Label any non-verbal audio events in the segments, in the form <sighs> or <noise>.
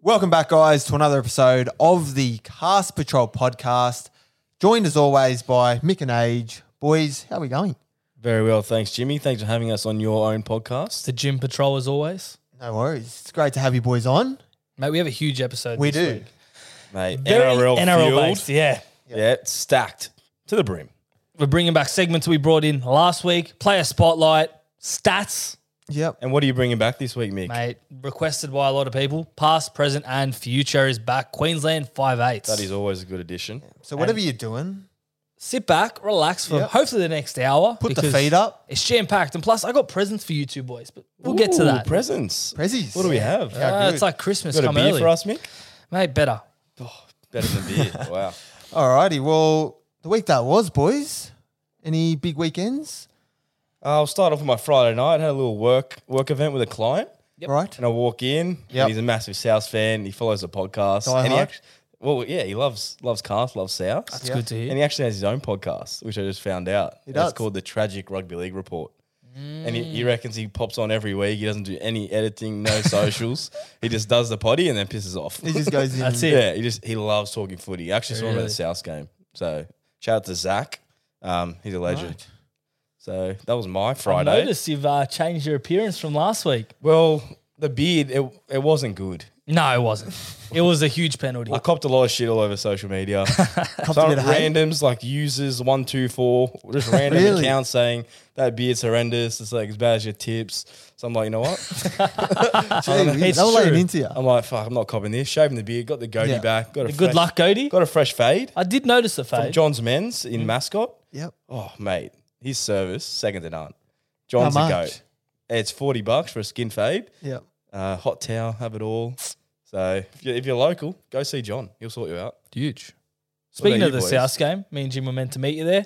Welcome back, guys, to another episode of the Cast Patrol podcast. Joined as always by Mick and Age. Boys, how are we going? Very well, thanks, Jimmy. Thanks for having us on your own podcast. <laughs> The gym patrol as always. No worries. It's great to have you boys on. Mate, we have a huge episode. We this do. Week. Mate, Very NRL, NRL fueled. based, yeah. Yeah, it's stacked to the brim. We're bringing back segments we brought in last week. Player spotlight, stats, Yep. And what are you bringing back this week, Mick? mate. Requested by a lot of people. Past, present, and future is back. Queensland five eight. That is always a good addition. So whatever you're doing, Sit back, relax for Yep. hopefully the next hour. put the because feet up. It's jam packed, and plus I got presents for you two boys, but we'll get to Ooh, that. Presents. Prezzies. What do we have? Yeah. Uh, good. it's like Christmas Got a come beer early, for us, Mick? mate. Better. Oh, Better than beer. <laughs> wow. Alrighty. Well, the week that was, boys. Any big weekends? I'll start off with my Friday night. Had a little work work event with a client, Right. and I walk in. Yeah, Yep. he's a massive South fan. He follows the podcast. Die and he hard. act- well, yeah, he loves loves Cast, loves South. It's good to hear. And he actually has his own podcast, which I just found out. It's does. called the Tragic Rugby League Report. And he, he reckons he pops on every week. He doesn't do any editing, no socials. he just does the potty and then pisses off. He just <laughs> goes in. That's it. yeah, he just he loves talking footy. He actually saw him at the Really? South game. So shout out to Zach. Um, he's a legend. Right. So that was my I Friday. noticed you've uh, changed your appearance from last week. Well, the beard it, it wasn't good. No, it wasn't. It was a huge penalty. I copped a lot of shit all over social media. a Some bit of hate. randoms like users one two four, just random Really? accounts saying that beard's horrendous. It's like as bad as your tips. So I'm like, you know <laughs> what? Gee, It's they'll lay it true. into you. I'm like, fuck, I'm not copping this. Shaving the beard, got the goatee Yeah. back, got a Good fresh- luck, Cody. got a fresh fade. I did notice the fade. Hmm. John's men's in mascot. Yep. Oh mate, his service second to none. John's a much? goat. It's forty bucks for a skin fade. Yep. Uh, hot towel, have it all. So if you're, if you're local, go see John. He'll sort you out. Huge. Speaking about of you the boys? South game, me and Jim were meant to meet you there.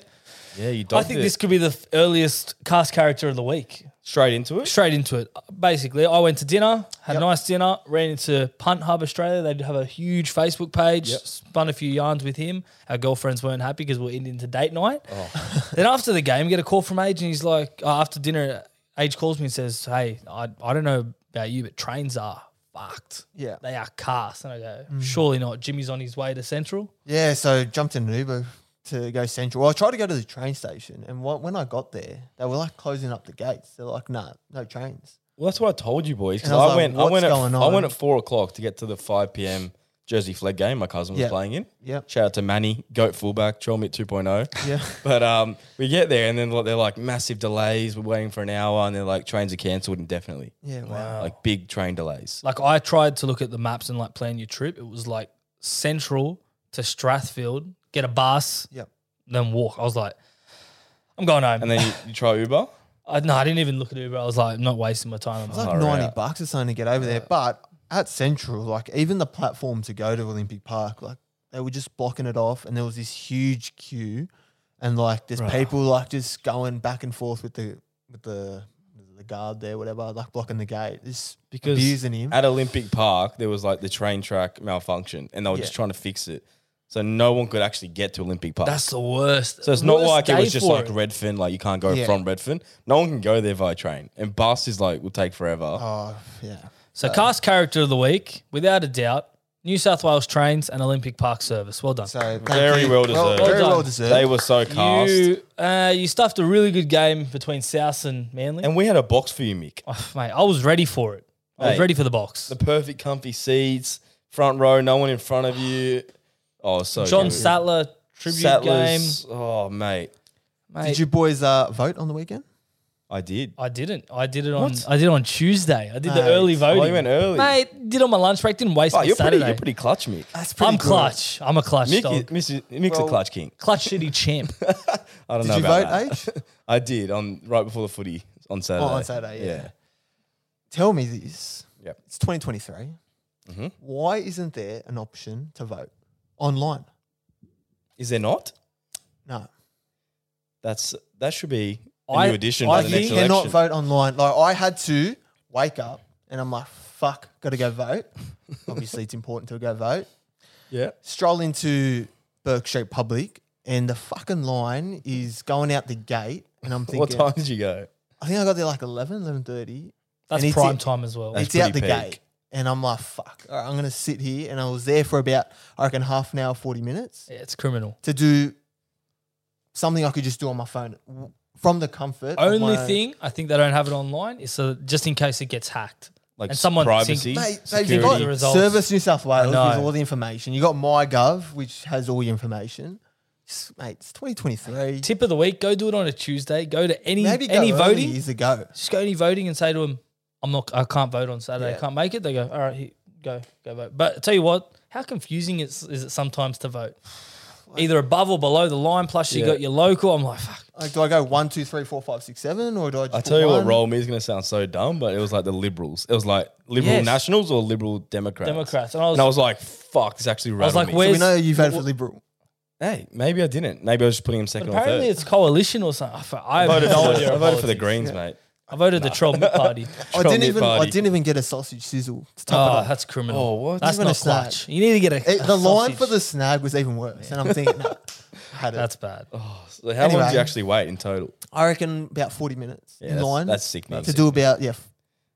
Yeah, you. I think this could be the f- earliest cast character of the week. straight into it. Straight into it. Basically, I went to dinner, had Yep. a nice dinner, ran into Punt Hub Australia. They have a huge Facebook page, Yep. spun a few yarns with him. Our girlfriends weren't happy because we we're into date night. Oh. <laughs> then after the game, get a call from Age, and he's like, oh, after dinner, Age calls me and says, "Hey, I, I don't know about you, but trains are fucked. Yeah. Mm. they are cast." And I go, "Surely not." Jimmy's on his way to Central. Yeah, so jumped in an Uber to go central. Well, I tried to go to the train station, and wh- when I got there, they were like closing up the gates. They're like, "Nah, no trains." Well, that's what I told you, boys. Because And I I, was like, went, I "What's went, at, going I on?" went at four o'clock to get to the five p.m. Jersey flag game. My cousin was Yeah. playing in. Yep. Shout out to Manny, goat fullback, Trelmit 2.0. Yeah. oh. <laughs> But um, we get there and then like, they're like massive delays. We're waiting for an hour and they're like trains are cancelled indefinitely. Yeah, wow. Like big train delays. Like I tried to look at the maps and like plan your trip. It was like Central to Strathfield, get a bus, Yep. then walk. I was like, I'm going home. And then you, you try Uber. I, no, I didn't even look at Uber. I was like, I'm not wasting my time. It's like Far ninety out. bucks or something to get over there. But at Central, like even the platform to go to Olympic Park, like they were just blocking it off, and there was this huge queue, and like there's people like just going back and forth with the with the the guard there, whatever, like blocking the gate, just Because abusing him. At Olympic Park, there was like the train track malfunction and they were just Yeah. trying to fix it. So no one could actually get to Olympic Park. That's the worst. So it's not like it was just like it. Redfin, like you can't go Yeah. from Redfin. No one can go there via train. And bus is like, will take forever. oh yeah, So Uh, cast character of the week, without a doubt, New South Wales trains and Olympic Park service. Well done. so thank Very you. well deserved. very Well well done. deserved. They were so cast. you uh, you stuffed a really good game between South and Manly. and we had a box for you, Mick. Oh, mate, I was ready for it. I was Mate. ready for the box. The perfect comfy seats, front row, no one in front of you. Oh, so John good. Sattler tribute game. Sattlers. Oh, mate. Mate, Did you boys uh, vote on the weekend? I did. I didn't. I did it on. What? I did it on Tuesday. I did the Mate. early voting. Oh, you went early. Mate, did it on my lunch break. Didn't waste Oh, my you're, pretty, Saturday. Ah, you're pretty clutch, Mick. That's I'm clutch. I'm a clutch Mick dog. is, Miss is- Mick's Well- a clutch king. Clutch <laughs> city champ. I don't Did know you about vote, <laughs> Oh, that. <laughs> I did on right before the footy on Saturday. on Saturday, yeah. Tell me this. Yep. It's 2023. Mm-hmm. Why isn't there an option to vote online? Is there not? No. That's that should be a I- new addition by I the you next think- cannot election. vote online. Like I had to wake up and I'm like, fuck, gotta go <laughs> vote. Obviously it's important to go vote. Yeah. Stroll into Burke Street Public and the fucking line is going out the gate and I'm thinking <laughs> What time did you go? I think I got there like 11, 11.30. That's And it's prime it- time as well. That's it's out the pretty peak. gate. And I'm like, fuck, all right, I'm going to sit here. And I was there for about, I reckon, half an hour, 40 minutes Yeah, it's criminal. to do something I could just do on my phone w- from the comfort. of Only my own- thing I think they don't have it online is so just in case it gets hacked. Like And someone privacy, Mate, they've security. got The results. Service New South Wales with know. all the information. You got MyGov, which has all your information. It's- Mate, it's 2023. Tip of the week: go do it on a Tuesday. Go to any Maybe any go early voting. years ago. Just go any voting and say to them, "I'm not. I can't vote on Saturday. I Yeah. can't make it." They go, "All right, here, go go vote." But I tell you what, how confusing is, is it sometimes <sighs> to vote? Either above or below the line. Plus, you Yeah. got your local. I'm like, fuck. Like, do I go one, two, three, four, five, six, seven, or do I just? I put tell you what, one? roll me is going to sound so dumb, but it was like the liberals. It was like liberal Yes. nationals or liberal Democrats. Democrats. And I was- like, fuck, this actually. I was like, me. So where- we know you voted for Liberal. hey, maybe I didn't. Maybe I was just putting him second or third. Apparently, it's coalition or something. I f- I I have voted, no for, idea. the- <laughs> I of voted for the politics. Greens, mate. I voted the troll <laughs> mid party. Ah, I Troll didn't me even. I party. didn't even get a sausage sizzle to top Oh, it up. that's criminal. Oh, what? That's Even a not snack. clutch. You need to get a. It- a Eh, the line for sausage. the snag was even worse, and I'm <laughs> thinking, nah, I had it. That's bad. So how long did Anyway. you actually wait in total? I reckon about 40 minutes Yeah, in that's- line. that's sickening. To do about yeah, f-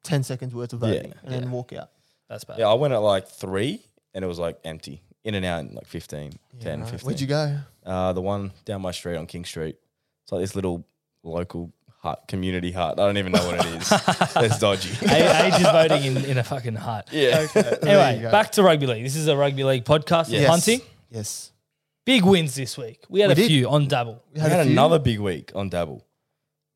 10 seconds worth of Yeah. voting, and then walk out. That's bad. Yeah, I went at like three, and it was like empty. In and out in like 15, 10, Right. 15. Where'd you <laughs> go? Uh, the one down my street on King Street. It's like this little local hut, community hut. I don't even know what it <laughs> is. it's dodgy. A- Age is voting in, in a fucking hut. <laughs> yeah. <laughs> There you Anyway, go. back to rugby league. This is a rugby league podcast. Yes. Hunting. Yes, Big wins this week. We had We a did. few on double. we We a had few. another big week on Dabble.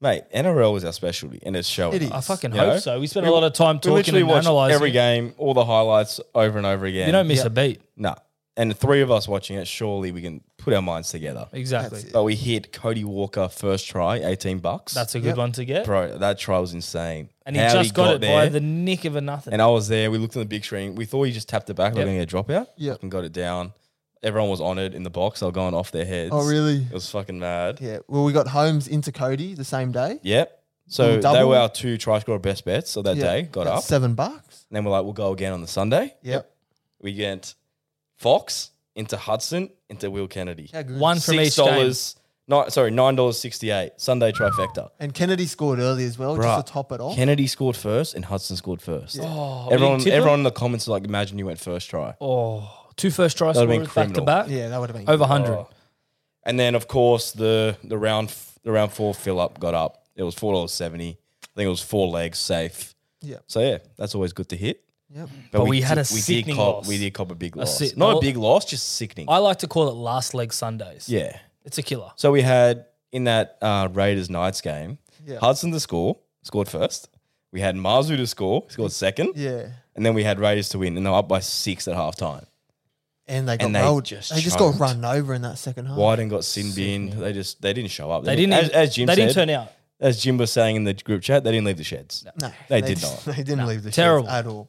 Mate, NRL was our specialty, and it's showing. It is. I fucking You hope know? so. We spent We- a lot of time We talking literally and watched analyzing every it. game, all the highlights over and over again. You don't miss Yeah. a beat. No. And the three of us watching it, surely we can put our minds together. Exactly. That's That's, But we hit Cody Walker first try, 18 bucks. a good Yep. one to get. Bro, that try was insane. And he How just got, it by there- the nick of a nothing. And I was there. We looked on the big screen. We thought he just tapped it back. We're Yep. going to get a dropout. Yep. And got it down. Everyone was honoured in the box. They were going off their heads. Oh really? It was fucking mad. Yeah. Well, we got Holmes into Cody the same day. Yep. So Double. they were our two try scorer best bets. So that Yeah. day got That's up. seven bucks. And then we're like, we'll go again on the Sunday. Yep. We get Fox into Hudson into Will Kennedy. How good. one from Six each game. dollars. Nine, sorry, nine dollars sixty-eight. Sunday trifecta. And Kennedy scored early as well, Bruh. just to top it off. Kennedy scored first, and Hudson scored first. Oh, we everyone, didn't tip him? everyone in the comments was like, imagine you went first try. Oh, two first try That would've been scorers back to criminal. back. yeah, that would have been Over 100. Oh. And then, of course, the the round f- the round four fill up got up. It was four dollars seventy. I think it was four legs safe. Yeah. So yeah, that's always good to hit. Yep. But we had a did sickening cop, loss. We did cop a big loss. sick- Not well- a big loss, just sickening. I like to call it last leg Sundays. yeah. It's a killer. So we had in that uh, Raiders Knights game, Yeah. Hudson to score scored first. We had Marzu to score scored second, Yeah. and then we had Raiders to win, and they were up by six at halftime. And they got And they rolled. just they just got choked. run over in that second half. Wyden got sin binned. They just they didn't show up. They didn't. as, even- as Jim they said, didn't turn out. as Jim was saying in the group chat, they didn't leave the sheds. No, They did <laughs> not. They didn't leave the terrible terrible. at all.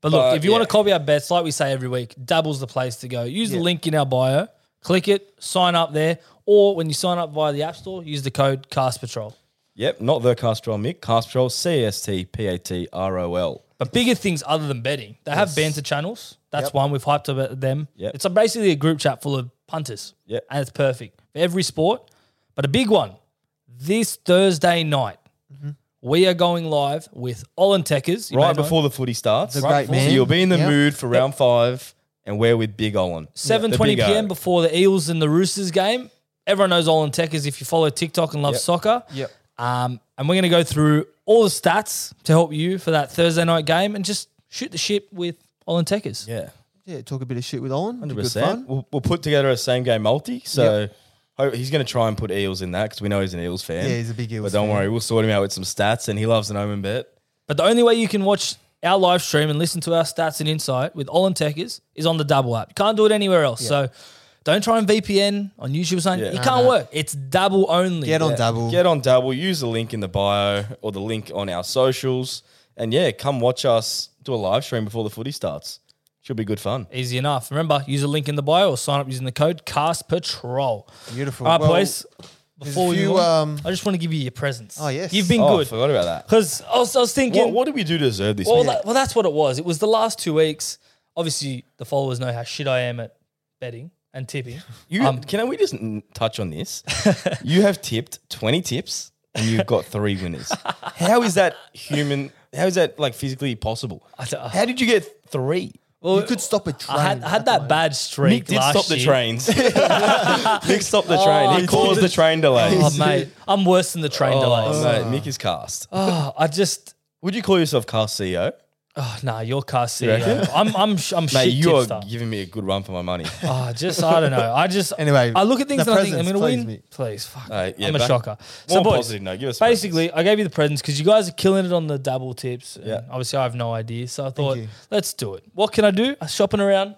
But look, But, if you want yeah. to copy our bets, like we say every week, Dabble's the place to go. Use Yeah. the link in our bio, click it, sign up there, or when you sign up via the App Store, use the code Cast Patrol. Yep, not the Castrol Mick. Castrol, C S T P A T R O L. But bigger things other than betting, they have banter channels. That's Yep. one we've hyped about them. Yep. It's a, basically a group chat full of punters, Yep. and it's perfect for every sport. But a big one this Thursday night, we are going live with Olin Techers You Mm-hmm. may Right know- before the footy starts. The great so man. you'll be in the Yep. mood for round five, and we're with Big Olin. Seven The twenty Big O. p.m. before the Eels and the Roosters game. Everyone knows Olin Techers if you follow TikTok and love soccer. Yep. Um, and we're going to go through all the stats to help you for that Thursday night game and just shoot the shit with Olin Techers. Yeah, Yeah, talk a bit of shit with Owen. Hundred 100%. We'll, we'll put together a same game multi. So ho- he's going to try and put Eels in that because we know he's an Eels fan. Yeah, he's a big Eels But don't fan. worry, we'll sort him out with some stats, and he loves an omen bet. But the only way you can watch our live stream and listen to our stats and insight with Olin Techers is on the Double app. You can't do it anywhere else. So don't try and VPN on YouTube or something. Yeah. It can't work. It's Double only. Get on double. Get on double. Use the link in the bio or the link on our socials. And yeah, come watch us do a live stream before the footy starts. Should be good fun. Easy enough. Remember, use a link in the bio or sign up using the code Cast Patrol. Beautiful. All right, Well, boys. Before few, you, um, I just want to give you your presents. Oh yes. you've been Oh, I good. forgot about that. Because I was, I was thinking, What, what did we do to deserve this? Well, man? that, well, that's what it was. It was the last two weeks. Obviously, the followers know how shit I am at betting and tipping. <laughs> um, you, can we just n- touch on this? you have tipped 20 tips and you've got three winners. How is that human? How is that like physically possible? I don't- uh, How did you get three? You could stop a train. I had, I had that bad streak Nick did last stop the year. <laughs> trains. Nick stopped the train. I he caused Oh, did. the train delay. Oh mate, I'm worse than the train Oh. delays. mate, Nick is cast. Oh, <sighs> I just Would you call yourself cast E CEO? oh, nah, you're car CEO. reckon? I'm I'm sh- I'm Mate, shit you are <laughs> tipster. giving me a good run for my <laughs> money. Oh, just I don't know. I just Anyway, I look at things the and I think I'm presents, gonna win. please, mate. Please, fuck. All right, yeah, I'm a back- shocker. More So boys, positive note. Give us basically, I gave you the presents because you guys are killing it on the dabble tips. and Yeah. Obviously, I have no idea, so I thought you. let's do it. What can I do? I'm shopping around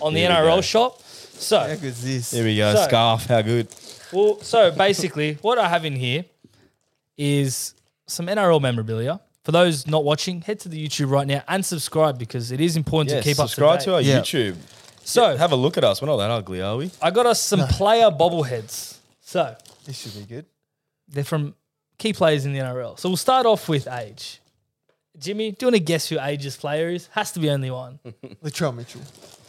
on the Here we NRL go. shop. So, How good's this? Here we go. So- Scarf. How good? well, so basically, <laughs> what I have in here is some NRL memorabilia. For those not watching, head to the YouTube right now and subscribe because it is important Yeah, to keep subscribe up to to our date. Yeah. YouTube. So, Have a look at us. We're not that ugly, are we? I got <laughs> us some player bobbleheads. So, This should be good. They're from key players in the NRL. So we'll start off with age. Jimmy, do you want to guess who age's player is? Has to be only one. <laughs> Latrell Mitchell.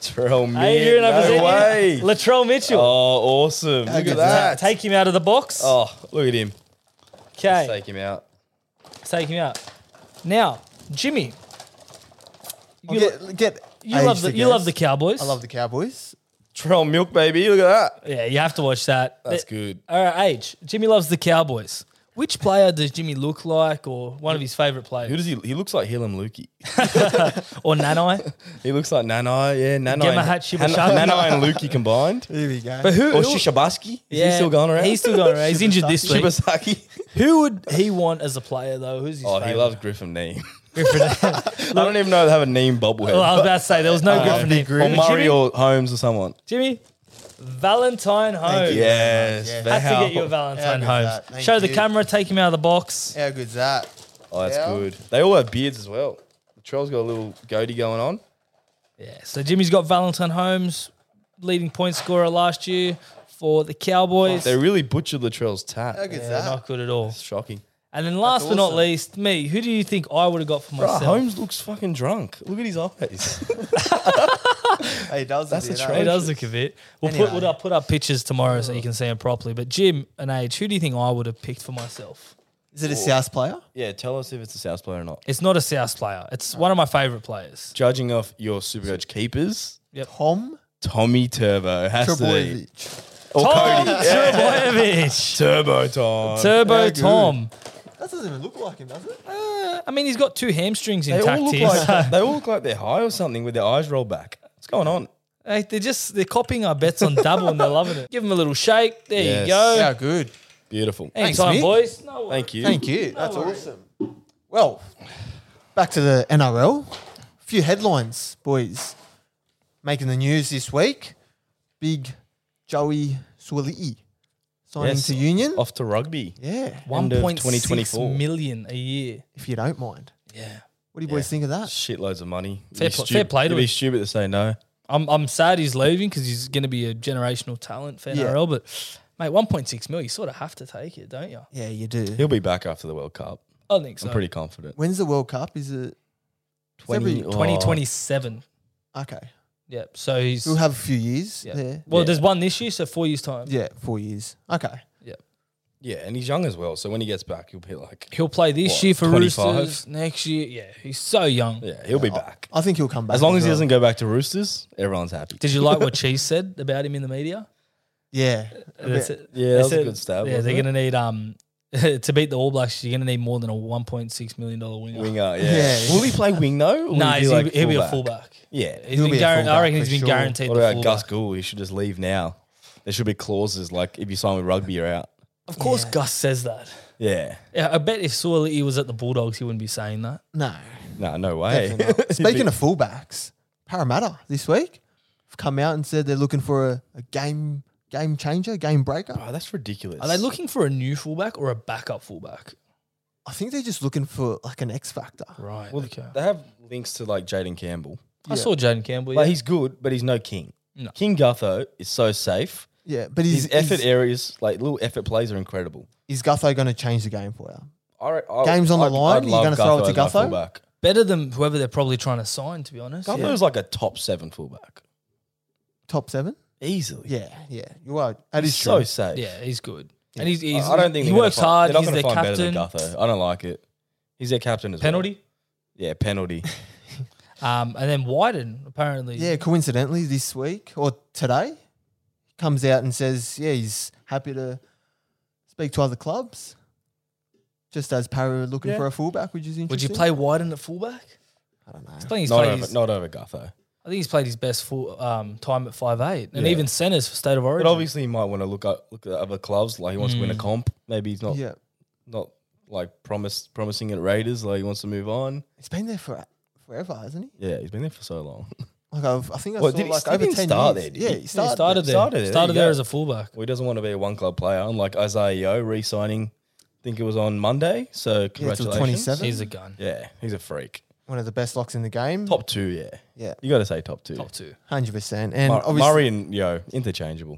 Terrell Mann, Adrian, I no present you way. Latrell Oh, Mitchell. awesome. How Look at good's that. Take him out of the box. Oh, look at him. Let's okay, take him out. take him out. Now, Jimmy, I'll you, lo- get, get you love Age the to you love the guess. Cowboys. I love the Cowboys. Terrell Milk, baby. Look at that. yeah, you have to watch that. That's Th- good. All right, age. Jimmy loves the Cowboys. Which player does Jimmy look like, or one of his favorite Who players, does he? He looks like Hillam Lukey. <laughs> or Nanai? He looks like Nanai. Yeah, Nanai. Gemma and- Hat Shibashaki. Han- Nanai and Lukey combined. Here we go. But who? Or who- Shishabaski. Is yeah, he still going around? <laughs> He's still going around. He's injured this week. <laughs> Shibasaki. Who would he want as a player though? Who's his Oh, he favorite? loves Griffin name. <laughs> Griffin. I don't even know they have a name bobblehead. well, I was about to say <laughs> there was no Griffin. be name. great. or Jimmy- Murray or Holmes or someone. Jimmy, Valentine Holmes. you. Yes. Yes. Has to Val. get you a How Valentine good's Holmes. that? Thank Show the you. camera, take him out of the box. How good's that? Oh, that's Val. good. They all have beards as well. Latrell's got a little goatee going on. Yeah. So Jimmy's got Valentine Holmes, leading point scorer last year for the Cowboys. They really butchered Latrell's tat. How good's Yeah, that? not good at all. It's shocking. And then last but not awesome. least, me. Who do you think I would have got for myself? Holmes looks fucking drunk. Look at his eyes. <laughs> Hey, he does That's it, a eh? He trade. does look a bit. We'll put Anyway. we'll put up pictures tomorrow so you can see him properly. But Jim and Age, who do you think I would have picked for myself? Is it a South player? yeah, tell us if it's a South player or not. It's not a South player. It's one of my favourite players. Judging off your Supercoach keepers, Tom Tommy Turbo has to be. Trebojevic. Or Tom Cody. <laughs> Trbojevic. Turbo Tom. Turbo Yeah, good. Tom. That doesn't even look like him, does it? Uh, I mean, he's got two hamstrings they, intact all look here. like, they all look like they're high or something with their eyes rolled back. What's going on? <laughs> Hey, they're just they're copying our bets on double and they're loving it. Give them a little shake. There Yes. you go. How good. Beautiful. Thanks, Anytime, Mick. boys. No worries. Thank you. Thank you. That's awesome. Well, back to the NRL. A few headlines, boys. Making the news this week. Big Joey Swilii signing Yes. to Union. Off to rugby. Yeah, End of 1.6 2024. million a year. if you don't mind. Yeah. What do you boys think of that? Shitloads of money. Fair It'd be pl- stu- fair play to It'd be him. stupid to say no. I'm, I'm sad he's leaving because he's going to be a generational talent for Yeah. NRL, but mate, 1.6 mil, you sort of have to take it, don't you? Yeah, you do. He'll be back after the World Cup. I think so. I'm pretty confident. When's the World Cup? Is it every- 2027. okay? Yep. So he's. We'll have a few years yeah. there. Well, Yeah. there's one this year, so four years' time. Yeah, four years. Okay. Oh, Yeah, and he's young as well. So when he gets back, he'll be like, He'll play this What, year for 25? Roosters, next year. Yeah, he's so young. yeah, he'll be back. I think he'll come back. As long as he well. doesn't go back to Roosters, everyone's happy. Did you <laughs> like what Cheese said about him in the media? Yeah. A bit- it. Yeah, that They was a said- good stab, Yeah, wasn't they're it? going to need um <laughs> to beat the All Blacks. You're going to need more than a 1.6 million dollar winger. Winger, yeah. Yeah. Will he play wing though? Or No, will he's, like, he'll, be a fullback. Yeah. He's He'll been be a guaran- I fullback for reckon he's been sure. guaranteed What the about fullback. Gus Gould? He should just leave now. There should be clauses like if you sign with rugby, you're out. Of course, Gus says that. Yeah. Yeah, I bet if Suoli was at the Bulldogs, he wouldn't be saying that. No. No, no way. <laughs> <laughs> definitely not. Speaking of fullbacks, Parramatta this week have come out and said they're looking for a, a game game changer, game breaker. oh, that's ridiculous. Are they looking for a new fullback or a backup fullback? I think they're just looking for like an X factor. Right. Well, okay. They have links to like Jaden Campbell. I saw Jaden Campbell. Like yeah. he's good, but he's no king. No. King Gutho is so safe. Yeah, but His is, effort is, areas, like little effort plays, are incredible. is Gutho going to change the game for you? I, re- I, Game's on the I'd- line, I'd you're love gonna throw it to as my Gutho? fullback. better than whoever they're probably trying to sign. To be honest, Gutho Yeah. is like a top seven fullback Top seven? easily. Yeah, yeah. You are. That is he's so true. safe. yeah, he's good. And he's, he's I don't think they're he gonna works find- hard. They're not He's gonna their find captain. better than Gutho. I don't like it. He's their captain as well. Penalty. Yeah, <laughs> penalty. Um, and then Wyden apparently. Yeah, coincidentally, this week or today, comes out and says, yeah, he's happy to speak to other clubs. Just as Parra looking Yeah. for a fullback, which is interesting. Would you play Wyden at fullback? I don't know. I think he's not played over, his, not over Gutho. I think he's played his best full um, time at five eight, and Yeah. even centres for State of Origin. But obviously, he might want to look up look at other clubs. Like he wants Mm. to win a comp. Maybe he's not Yeah, not like promise promising at Raiders. Like he wants to move on. he's been there for forever, hasn't he? Yeah, he's been there for so long. Like I've, I think I Well, saw did he- like he over didn't ten start years. there, did yeah, he? he Yeah, started. he started there. Started Started there, there, you there go. as a fullback. Well, he doesn't want to be a one club player. Unlike Isaiah Yo re-signing, I think it was on Monday. So Yeah, till congratulations. 27. He's a gun. yeah, he's a freak. One of the best locks in the game. Top two, yeah. Yeah, You got to say top two. Top two. hundred percent. And Mur- obviously, Murray and Yo <laughs> interchangeable.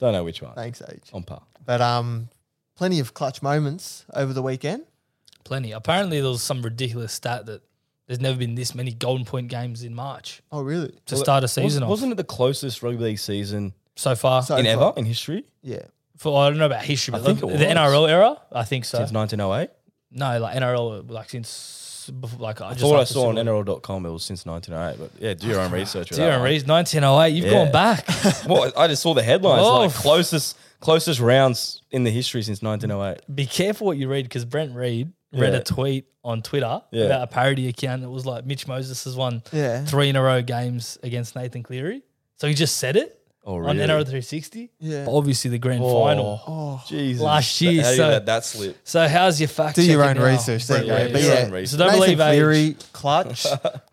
Don't know which one. thanks, Age. On par. But um, plenty of clutch moments over the weekend. Plenty. Apparently, there was some ridiculous stat that there's never been this many golden point games in March Oh, really? to start a Wasn't- season off. Wasn't it the closest rugby league season so far, So- in far. ever in history Yeah. for, I don't know about history, but I think like it the was. NRL era, I think Uh, so. since 1908? No, like NRL, like since before, like I I just thought I like to saw on see- NRL.com it was since 1908, but yeah, do <laughs> your own research. with Dear that and one. Reese, 1908. You've gone Yeah. back. <laughs> Well, I just saw the headlines Oh. <laughs> like closest closest rounds in the history since 1908. Be careful what you read because Brent Reed read Yeah. a tweet on Twitter Yeah. about a parody account that was like Mitch Moses has won Yeah. three in a row games against Nathan Cleary. So he just said it Oh, on really? NRL 360. Yeah. But obviously the grand final. Oh, Jesus. Last year, How do you so- let that slip? So how's your fact? do your own checking now, research, there Brent you go. yeah, Reed? But do your own yeah, research. So don't Nathan believe age. Cleary <laughs> clutch,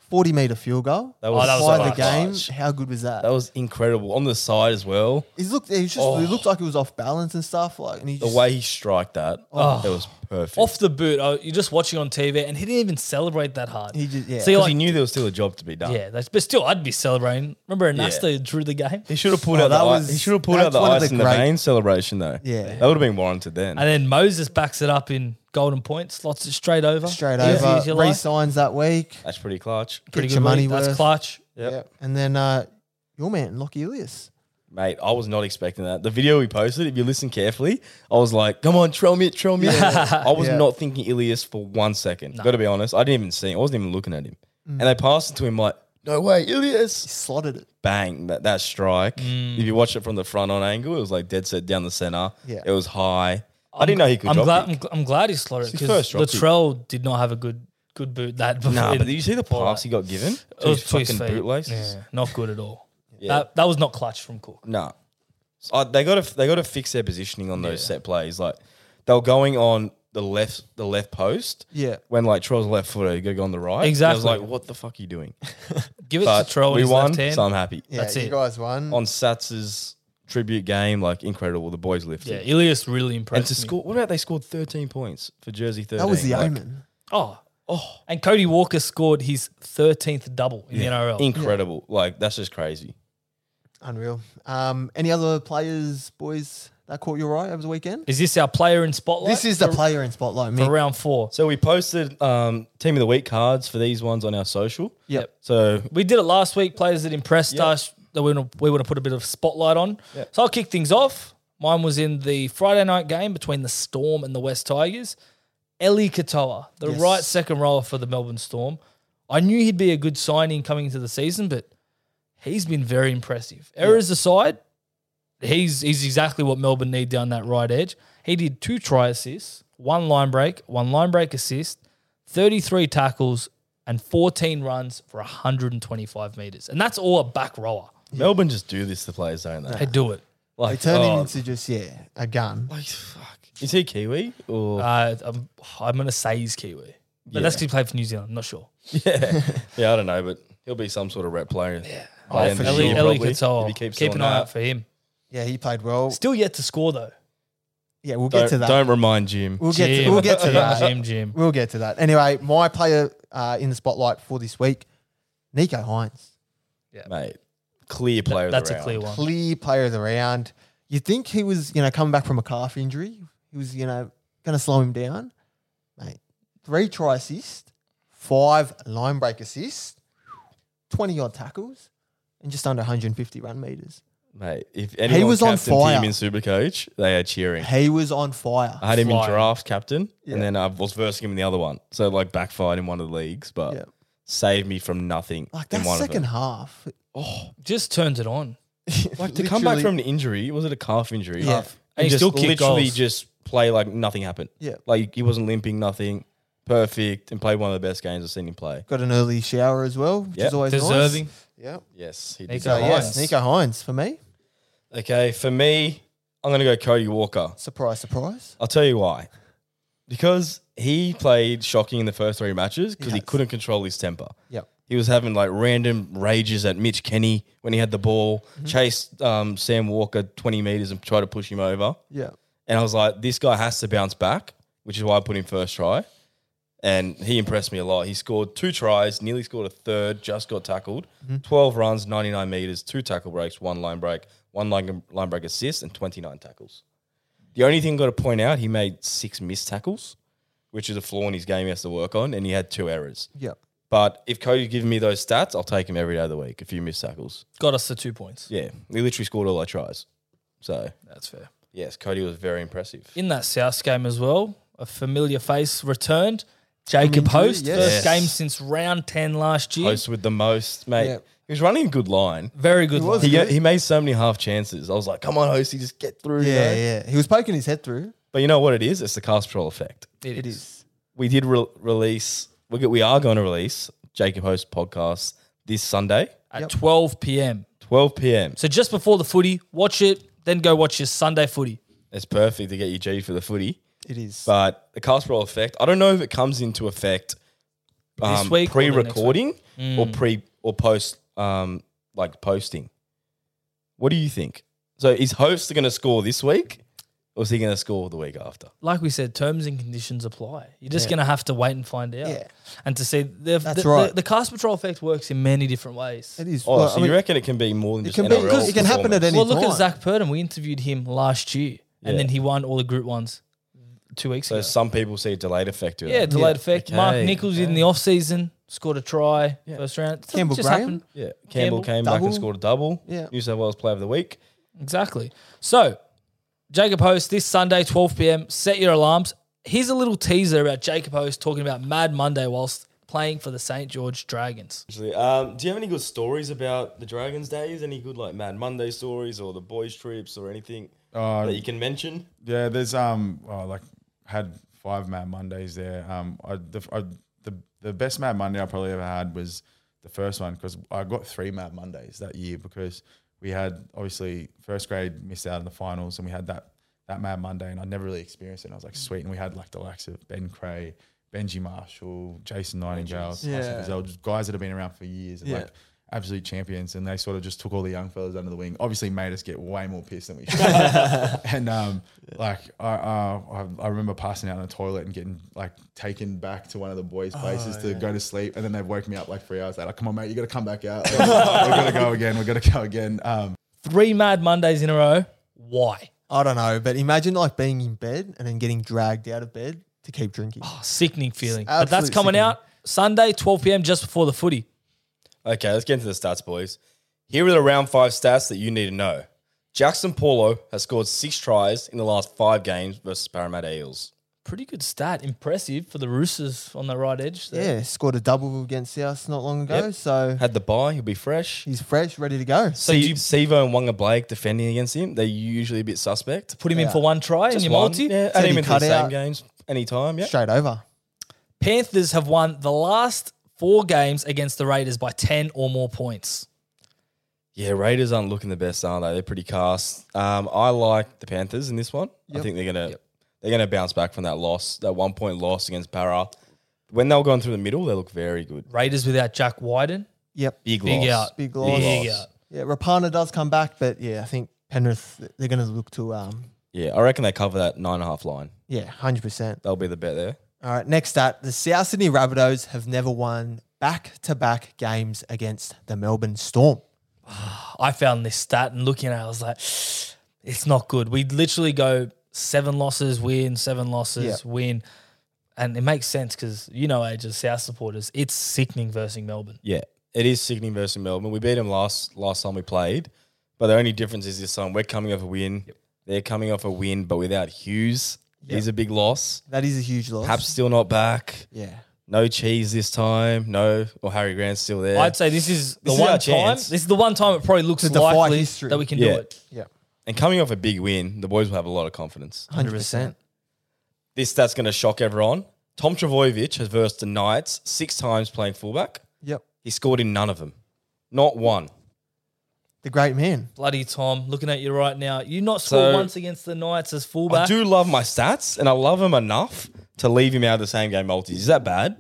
forty meter field goal. That was Oh, that was Fly so the much. game. How good was that? That was incredible. On the side as well, He looked. He was just. He looked like he was off balance and stuff. Like and he the just, way he striked that, it was perfect. Oh. Off the boot, oh, you're just watching on TV, and he didn't even celebrate that hard. He just- yeah. So you're 'Cause like, he knew there was still a job to be done. yeah, that's, but still, I'd be celebrating. Remember, Anasta drew the game, He should have pulled Oh, out the that ice. was- He should have pulled that's out the one of ice the in the great- main celebration though. Yeah. that would have been warranted then. and then Moses backs it up in golden point, slots it straight over, straight Easy over. as you like. Re-signs that week. That's pretty clutch, Get pretty good your money. money That's worth. clutch. Yep. Yep. And then uh, your man Lockie Ilias. mate. I was not expecting that. The video we posted, if you listen carefully, I was like, "Come on, trail me, trail me." I was Yeah. not thinking Ilias for one second. Got to be honest, I didn't even see. Him. I wasn't even looking at him. And Mm. they passed it to him like, "No way, Ilias!" slotted it. bang that that strike. Mm. If you watch it from the front on angle, it was like dead set down the center. Yeah. it was high. I didn't know he could. I'm drop glad. It. I'm, gl- I'm glad he slotted it It's his first drop because kick. Latrell did not have a good good boot that. Nah, in- but did you see the before pass that. he got given? It was To his to his feet. bootlaces. Yeah, not good at all. Yeah. That that was not clutch from Cook. Nah, So, uh, they got to they got to fix their positioning on those set plays. Like they were going on the left the left post. Yeah. When like Trell's left footer, you got to go on the right. Exactly. And I was like, what the fuck are you <laughs> doing? Give it But to Latrell. we in his won, left hand. so I'm happy. Yeah, That's you it. guys won. On Sats's tribute game, like incredible. The boys lifted. Yeah, Ilias really And impressed. to me. score, what about they scored 13 points for Jersey 13? that was the Like, omen. Oh, oh, and Cody Walker scored his thirteenth double in the NRL. Incredible. Like, that's just crazy. Unreal. Um, any other players, boys, that caught your eye over the weekend? Is this our player in spotlight? This is the player in spotlight. for Me. round four. So we posted um, Team of the Week cards for these ones on our social. Yep. So We did it last week. Players that impressed Yeah. us that we want to, we want to put a bit of spotlight on. Yeah. So I'll kick things off. Mine was in the Friday night game between the Storm and the West Tigers. Eli Katoa, the Yes. right second rower for the Melbourne Storm. I knew he'd be a good signing coming into the season, but he's been very impressive. Errors aside, he's he's exactly what Melbourne need down that right edge. He did two try assists, one line break, one line break assist, 33 tackles, and 14 runs for 125 meters. And that's all a back rower. Melbourne just do this to players, don't they? They do it. They Like, turned him oh, into just yeah a gun. Oh, like, fuck. Is he Kiwi? Or Uh, I'm, I'm going to say he's Kiwi. But that's because he played for New Zealand. I'm not sure. <laughs> <laughs> yeah. yeah, I don't know, but he'll be some sort of rep player. Yeah. Oh, By for the end of the sure. year, Eli, Eli probably, Katoa. if he keeps Keep doing an eye that. out for him. Yeah, he played well. Still yet to score, though. Yeah, we'll get Don't, to that. don't remind Jim. We'll get to, Jim, we'll get to <laughs> Jim, that. Jim, Jim. We'll get to that. Anyway, my player uh, in the spotlight for this week, Nico Hines, Mate, clear player. of the That's a round. clear one. clear player of the round. You think he was you know coming back from a calf injury? He was you know going to slow him down, mate. Three try assists, five line break assists, twenty odd tackles, and just under 150 run meters. mate. If anyone he was was on captain fire. team in Supercoach, they are cheering. He was on fire. I had him in Flying. draft captain, Yeah. and then I was versing him in the other one. So like backfired in one of the leagues, but Yeah. saved me from nothing Like in that one second of half. <laughs> Just turns it on. them. Like to come back Literally- from an injury, was it a calf injury? Yeah. And he just still kicked literally goals. just play like nothing happened. Yeah. Like he wasn't limping, nothing. Perfect, and played one of the best games I've seen him play. Got an early shower as well, which Yep. is always Deserving. Nice. Yeah. Yes, he Nico So that. yeah, Hines. Nico Hines for me. Okay, for me, I'm gonna go Cody Walker. Surprise, surprise. I'll tell you why. Because he played shocking in the first three matches because he, has. couldn't control his temper. Yep. He was having like random rages at Mitch Kenny when he had the ball, chased um, Sam Walker 20 meters and tried to push him over. Yeah. And I was like, this guy has to bounce back, which is why I put him first try. And he impressed me a lot. He scored two tries, nearly scored a third, just got tackled. 12 runs, 99 meters, two tackle breaks, one line break, one line, line break assist, and 29 tackles. The only thing I've got to point out, he made six missed tackles, which is a flaw in his game he has to work on, and he had two errors. Yeah. But if Cody's giving me those stats, I'll take him every day of the week, a few missed tackles. Got us the two points. Yeah, he literally scored all our tries. So, That's fair. yes, Cody was very impressive. In that South game as well, a familiar face returned. Jacob injury, Host, yes. first Yes. game since round 10 last year. Host with the most, mate. Yeah. He was running a good line. Very good. He was line. He, got- he made so many half chances. I was like, come on, Hosty, just get through. you Yeah, know? yeah. He was poking his head through. But you know what it is? It's the cast patrol effect. It is. We did re- release, we, get, we are going to release Jacob Host podcast this Sunday, At 12 p.m. 12 p.m. So just before the footy, watch it, then go watch your Sunday footy. It's perfect to get your G for the footy. It is. But the cast roll effect, I don't know if it comes into effect um, week Hmm. or the next pre-recording or pre or post um, like posting. What do you think? So is host going to score this week, or is he going to score the week after? Like we said, terms and conditions apply. You're just going to have to wait and find out. Yeah. And to see, the, That's the, the, right. the cast patrol effect works in many different ways. it is. Oh, Well, so I mean, you reckon it can be more than it just can be. NRL It can happen at performance? any Well, look time. at Zach Purden. We interviewed him last year, and Yeah. then he won all the group ones two weeks So ago. some people see a delayed effect to it. yeah, delayed Yeah. effect. Mark Okay, Nichols in the off season scored a try first round. Just- Campbell just Graham? happened. Yeah, Campbell, Campbell, came back double. and scored a double. Yeah. New South Wales Player of the Week. Exactly. So, Jacob Host this Sunday, 12 p.m. Set your alarms. Here's a little teaser about Jacob Host talking about Mad Monday whilst playing for the St. George Dragons. Actually, um, do you have any good stories about the Dragons days? Any good like Mad Monday stories or the boys trips or anything that you can mention? Yeah, there's um, oh, like had five Mad Mondays there. Um, I, the, I, the the best Mad Monday I probably ever had was the first one because I got three Mad Mondays that year because we had obviously first grade missed out in the finals and we had that that Mad Monday and I'd never really experienced it. And I was like, sweet, and we had like the likes of Ben Cray, Benji Marshall, Jason Nightingale, Tyson Yeah. Gazelle, just guys that have been around for years and Yeah. like absolute champions. And they sort of just took all the young fellas under the wing. Obviously, made us get way more <laughs> pissed than we should. <laughs> and um, like I, uh, I, I remember passing out in the toilet and getting like taken back to one of the boys' places to go to sleep, and then they woke me up like three hours later. Come on, mate, you got to come back out. <laughs> Like, we got to go again. We got to go again. Um, Three Mad Mondays in a row. Why? I don't know, but imagine like being in bed and then getting dragged out of bed to keep drinking. Oh, sickening feeling. But that's absolute coming sickening. out Sunday, 12 p.m. just before the footy. Okay, let's get into the stats, boys. Here are the round five stats that you need to know. Jackson Paulo has scored six tries in the last five games versus Parramatta Eels. Pretty good stat. Impressive for the Roosters on the right edge. there. Yeah, scored a double against South not long ago, Yep. so Had the bye, he'll be fresh. he's fresh, ready to go. So Sivo and Wanga Blake defending against him, they're usually a bit suspect. Put him in for one try and Just your one. multi. Yeah, add Said him he into the cut same out. games anytime. Yeah. Straight over. Panthers have won the last four games against the Raiders by 10 or more points. Yeah, Raiders aren't looking the best, are they? They're pretty cast. Um, I like the Panthers in this one. I think they're gonna they're gonna bounce back from that loss, that one point loss against Para. When they were going through the middle, they look very good. Raiders without Jack Wyden. Yep. Big, Big loss. out. Big loss. Big out. Yeah, Rapana does come back, but yeah, I think Penrith they're going to look to um Yeah, I reckon they cover that nine and a half line. yeah, hundred percent. That'll be the bet there. All right, next stat: the South Sydney Rabbitohs have never won back-to-back games against the Melbourne Storm. I found this stat and looking at it, I was like, <sighs> it's not good. We literally go seven losses, win, seven losses, Yeah. win. And it makes sense because, you know, Age as South supporters, it's sickening versus Melbourne. Yeah, it is Sydney versus Melbourne. We beat them last last time we played, But the only difference is this time we're coming off a win. They're coming off a win, but without Hughes. He's a big loss. That is a huge loss. Pap's still not back. Yeah. No cheese this time. No, or Harry Grant's still there. I'd say this is the This is one our time. chance. This is the one time it probably looks To defy likely history. that we can Yeah. do it. Yeah. and coming off a big win, the boys will have a lot of confidence. 100%. This that's going to shock everyone. Tom Travojevic has versed the Knights six times playing fullback. Yep. He scored in none of them, not one. The great man. Bloody Tom, looking at you right now. You not So- scored once against the Knights as I fullback. do love my stats, and I love him enough to leave him out of the same game multis. Is that bad?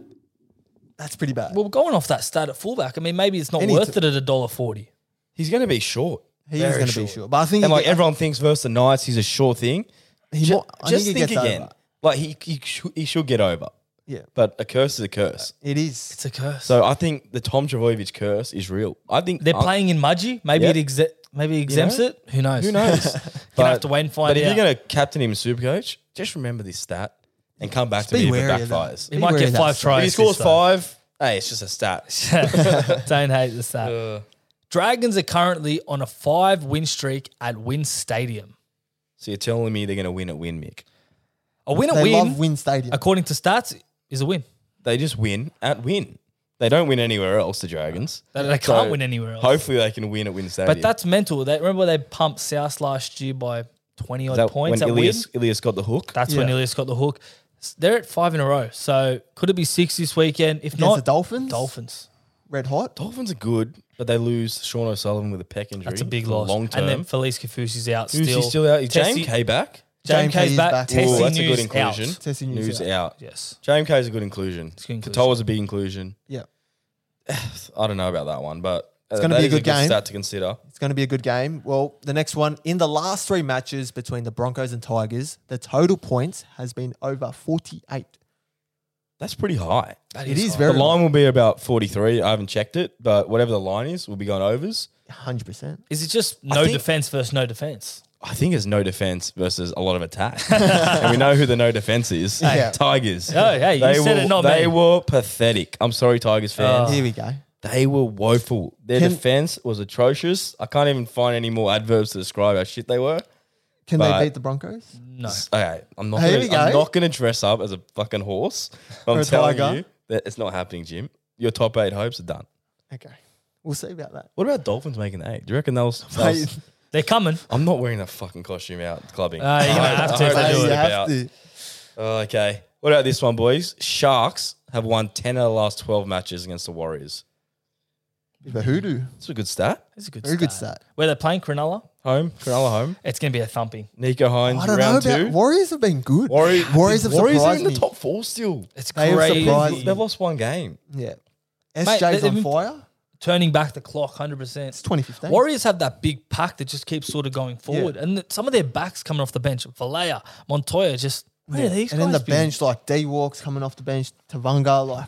That's pretty bad. Well, going off that stat at fullback, I mean, maybe it's not Any worth t- it at a dollar forty. He's going to be short, he very is going to be short. sure. But I think and he like get- everyone thinks versus the Knights, he's a sure thing. he Ju- mo- I just he think, gets again, over. like he he, should he should get over, Yeah. but a curse is a curse. It is. It's a curse. So I think the Tom Travojevic curse is real. I think They're I- playing in Mudgee. Maybe Yeah. it exe- maybe it exempts Oh. know? it. Who <laughs> knows? Who knows? Gonna have to wait and find But if out. you're <laughs> going to captain him, super coach, just remember this stat and come back to be me if it wary of that. backfires. He Be might wary get of that five stat. tries. If he scores this five, hey, it's just a <laughs> stat. time. <laughs> Don't hate the stat. Dragons are currently on a five win streak at Wynn Stadium. So you're telling me they're going to win at Win, Mick? A win They at Wynn, love Win Stadium. according to stats, is a win. They just win at Win. They don't win anywhere else. The Dragons. They, they can't win anywhere else. Hopefully, they can win at Win Stadium. But that's mental. They remember they pumped South last year by twenty Is odd that points when at Ilias, Wynn. Ilias got the hook. That's when Yeah. Ilias got the hook. S- They're at five in a row. So could it be six this weekend? If Against not, the Dolphins? Dolphins. Red hot. Dolphins are good, but they lose Sean O'Sullivan with a peck injury. That's a big for loss. Long term. And then Felice Kafusi's out Who's still. he still out? Is Tessie- James K back? James James K's K's back. back. Tessie Ooh, that's a News good inclusion. out. Tessie News News out. out. Yes. James K's a good inclusion. a good inclusion. Katoa's a big inclusion. Yeah. I don't know about that one, but it's gonna be a good game. stat to consider. It's going to be a good game. Well, the next one in the last three matches between the Broncos and Tigers, the total points has been over 48. That's pretty high. It is The very line will be about 43. I haven't checked it, but whatever the line is, we'll be going overs. 100%. Is it just I no think- defense versus no <laughs> defense? I think it's no defense versus a lot of attack. <laughs> and we know who the no defense is. Yeah. Tigers. Oh, hey, you said were, it, not They me. Oh. were pathetic. I'm sorry, Tigers fans. Here we go. They were woeful. Their Can- defense was atrocious. I can't even find any more adverbs to describe how shit they were. Can But- they beat the Broncos? No. Okay, I'm not. Here Gonna, we go. I'm not going to dress up as a fucking horse. But Or I'm a telling tiger. you that it's not happening, Jim. Your top eight hopes are done. Okay. We'll see about that. What about Dolphins making the eight? Do you reckon <laughs> they'll? Mate, <laughs> they'll They're coming. I'm not wearing that fucking costume out clubbing. Uh, you're gonna I hope- have I to if hope they that's do you what it. Ah, have about. to. Oh, okay. What about this one, boys? Sharks have won ten out of the last twelve matches against the Warriors. The hoodoo. That's a good stat. That's a good Very start. good stat. Where they're playing Cronulla, Home, Cronulla home. it's going to be a thumping. Nico Hines I don't know round about two. Warriors have been good. Warri- Warriors have Warriors are surprised in the me. top four still. It's They have crazy. surprised They've lost one game. Yeah. Mate, SJ's they- on they've- fire. Turning back the clock, 100%. It's 2015. Warriors have that big pack that just keeps sort of going forward. And th- some of their backs coming off the bench, Valea, Montoya, just, where are these and guys then the been? bench, like D walks coming off the bench, Tavanga, like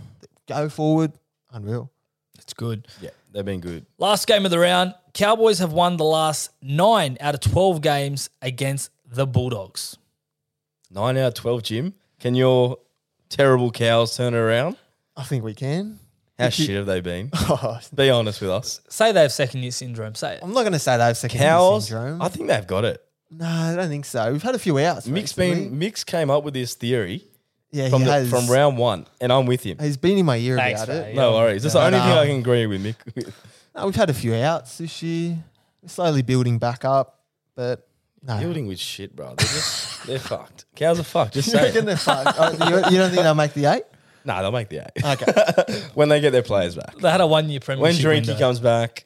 go forward. Unreal. It's good. Yeah, they've been good. Last game of the round, Cowboys have won the last nine out of 12 games against the Bulldogs. Nine out of twelve, Jim. Can your terrible cows turn it around? I think we can. How If you- shit <laughs> have they been? Oh, <laughs> Be honest with us. Say they have second year syndrome. Say it. I'm not going to say they have second year Cows. syndrome. I think they've got it. no, I don't think so. We've had a few outs. Mick's recently. been Mick's came up with this theory yeah, from he the, has. from round one, and I'm with him. He's been in my ear Thanks, about mate. it. No worries. That's the Yeah. only But, thing I um, can agree with Mick. No, we've had a few outs this year. We're slowly building back up, but no. <laughs> Building with shit, bro. They're just they're fucked. Cows are fucked. Just You say reckon it. they're fucked? Oh, you, you don't think they'll make the eight? Nah, they'll make the eight <laughs> Okay. when they get their players back. They had a one year When premiership. Drinky window. comes back,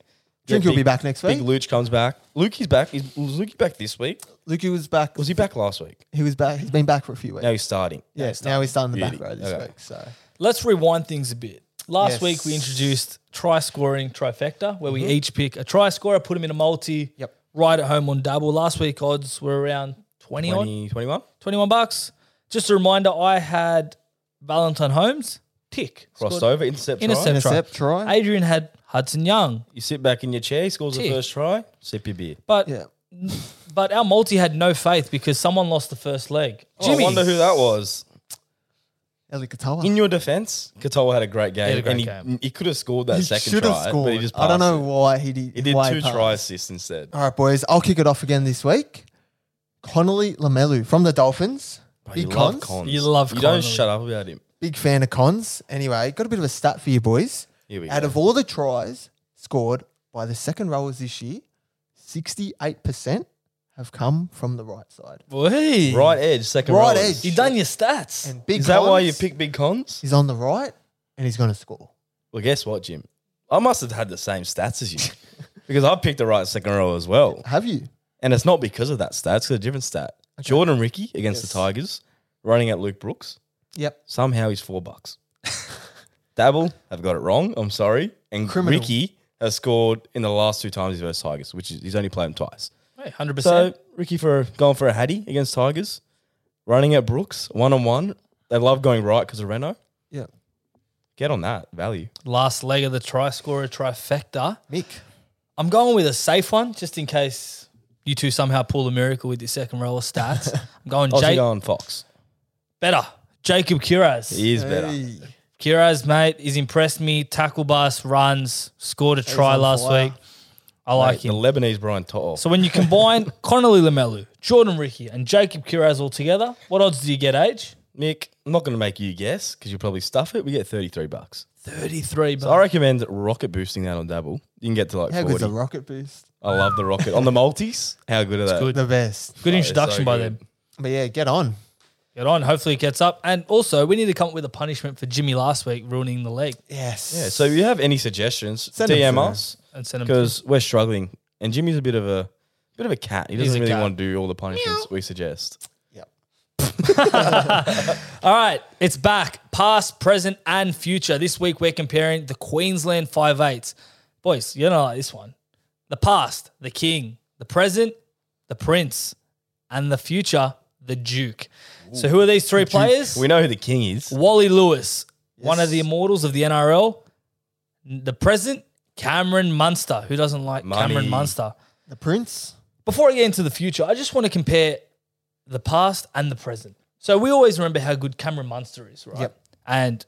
Drinky yeah, will be big- back next Big week. Luch comes back. Lukey's back. Is, was Lukey back this week? Lukey was back. Was he back last week? He was back. He's been back for a few weeks. Now he's starting. yeah, now he's starting the back Beauty. row this Okay. week. So Let's rewind things a bit. Last Yes. Mm-hmm. week we introduced try scoring trifecta, where we each pick a try scorer, put them in a multi, Yep. right at home on double. Last week odds were around 20 on 20, 21? 21 bucks. Just a reminder, I had Valentine Holmes, tick, Crossed Scored- over, intercept, Intercept. try. intercept try. Adrian had Hudson Young, You sit back in your chair, scores Gee. the first try, sip your beer. but Yeah. but our Oh, Oh, multi had no faith because someone lost the first leg. Jimmy, I wonder who that was. Eli Katoa. In your defense, Katoa had a great game, had a great and he, game. he could have scored that He second should have try, but he scored. just I don't passed know it. why he did. He did why two passed. try assists instead. All right, boys. I'll kick it off again this week. Connolly Lamelu from the Dolphins. But Big you love cons. Cons. You love You don't Connolly. shut up about him. Big fan of cons. Anyway, got a bit of a stat for you boys. Here we Out go. of all the tries scored by the second rowers this year, 68% have come from the right side. Boy. Right edge, second Right rollers. edge. You done your stats. And big Is that why you Cons, pick big cons? He's on the right and he's going to score. Well, guess what, Jim? I must have had the same stats <laughs> as you because I picked the right second row as well. Have you? And it's not because of that stat, it's a different stat. Jordan Ricky against Yes. the Tigers, running at Luke Brooks. Yep. Somehow he's four bucks. Dabble, I've got it wrong. I'm sorry. And Criminal. Ricky has scored in the last two times he's versus Tigers, which is he's only played them twice. Hey, 100%. So Ricky for going for a Hattie against Tigers, running at Brooks, one on one. They love going right because of Reno. Yep. Get on that value. Last leg of the try scorer trifecta. Mick. I'm going with a safe one just in case you two somehow pull a miracle with your second <laughs> roller stats. I'm going Aussie Jake. going Fox. Better. Jacob Kiraz. He is better. Hey. Kiraz, mate, he's impressed me. Tackle bus, runs, scored a try on last fire. week. I like Mate, him. The Lebanese Brian Toto. So when <laughs> you combine Connolly Lamelu, Jordan Ricky, and Jacob Kiraz all together, what odds do you get, age? Nick, I'm not going to make you guess because you probably stuff it. We get 33 bucks. 33, bro. So I recommend rocket boosting that on Dabble. You can get to like How good's 40. the rocket boost? I love the rocket. on the Maltese, how good are that? good. The best. Good Oh, it's introduction so by good. them. But yeah, get on. Get on. Hopefully it gets up. And also, we need to come up with a punishment for Jimmy last week ruining the leg Yes. Yeah, so if you have any suggestions, Send 'em DM through. us and send him because we're struggling. And Jimmy's a bit of a bit of a cat. He He's doesn't a really cat. want to do all the punishments we suggest. Yep. All right, it's back. Past, present, and future. This week we're comparing the Queensland 5'8s. Boys, you're gonna like this one. The past, the king. The present, the prince. And the future, the duke. So who are these three players? We know who the king is. Wally Lewis, one of Yes. the immortals of the NRL. The present, Cameron Munster. Who doesn't like Money. Cameron Munster? The Prince. before I get into the future, I just want to compare the past and the present. So we always remember how good Cameron Munster is, right? Yep. And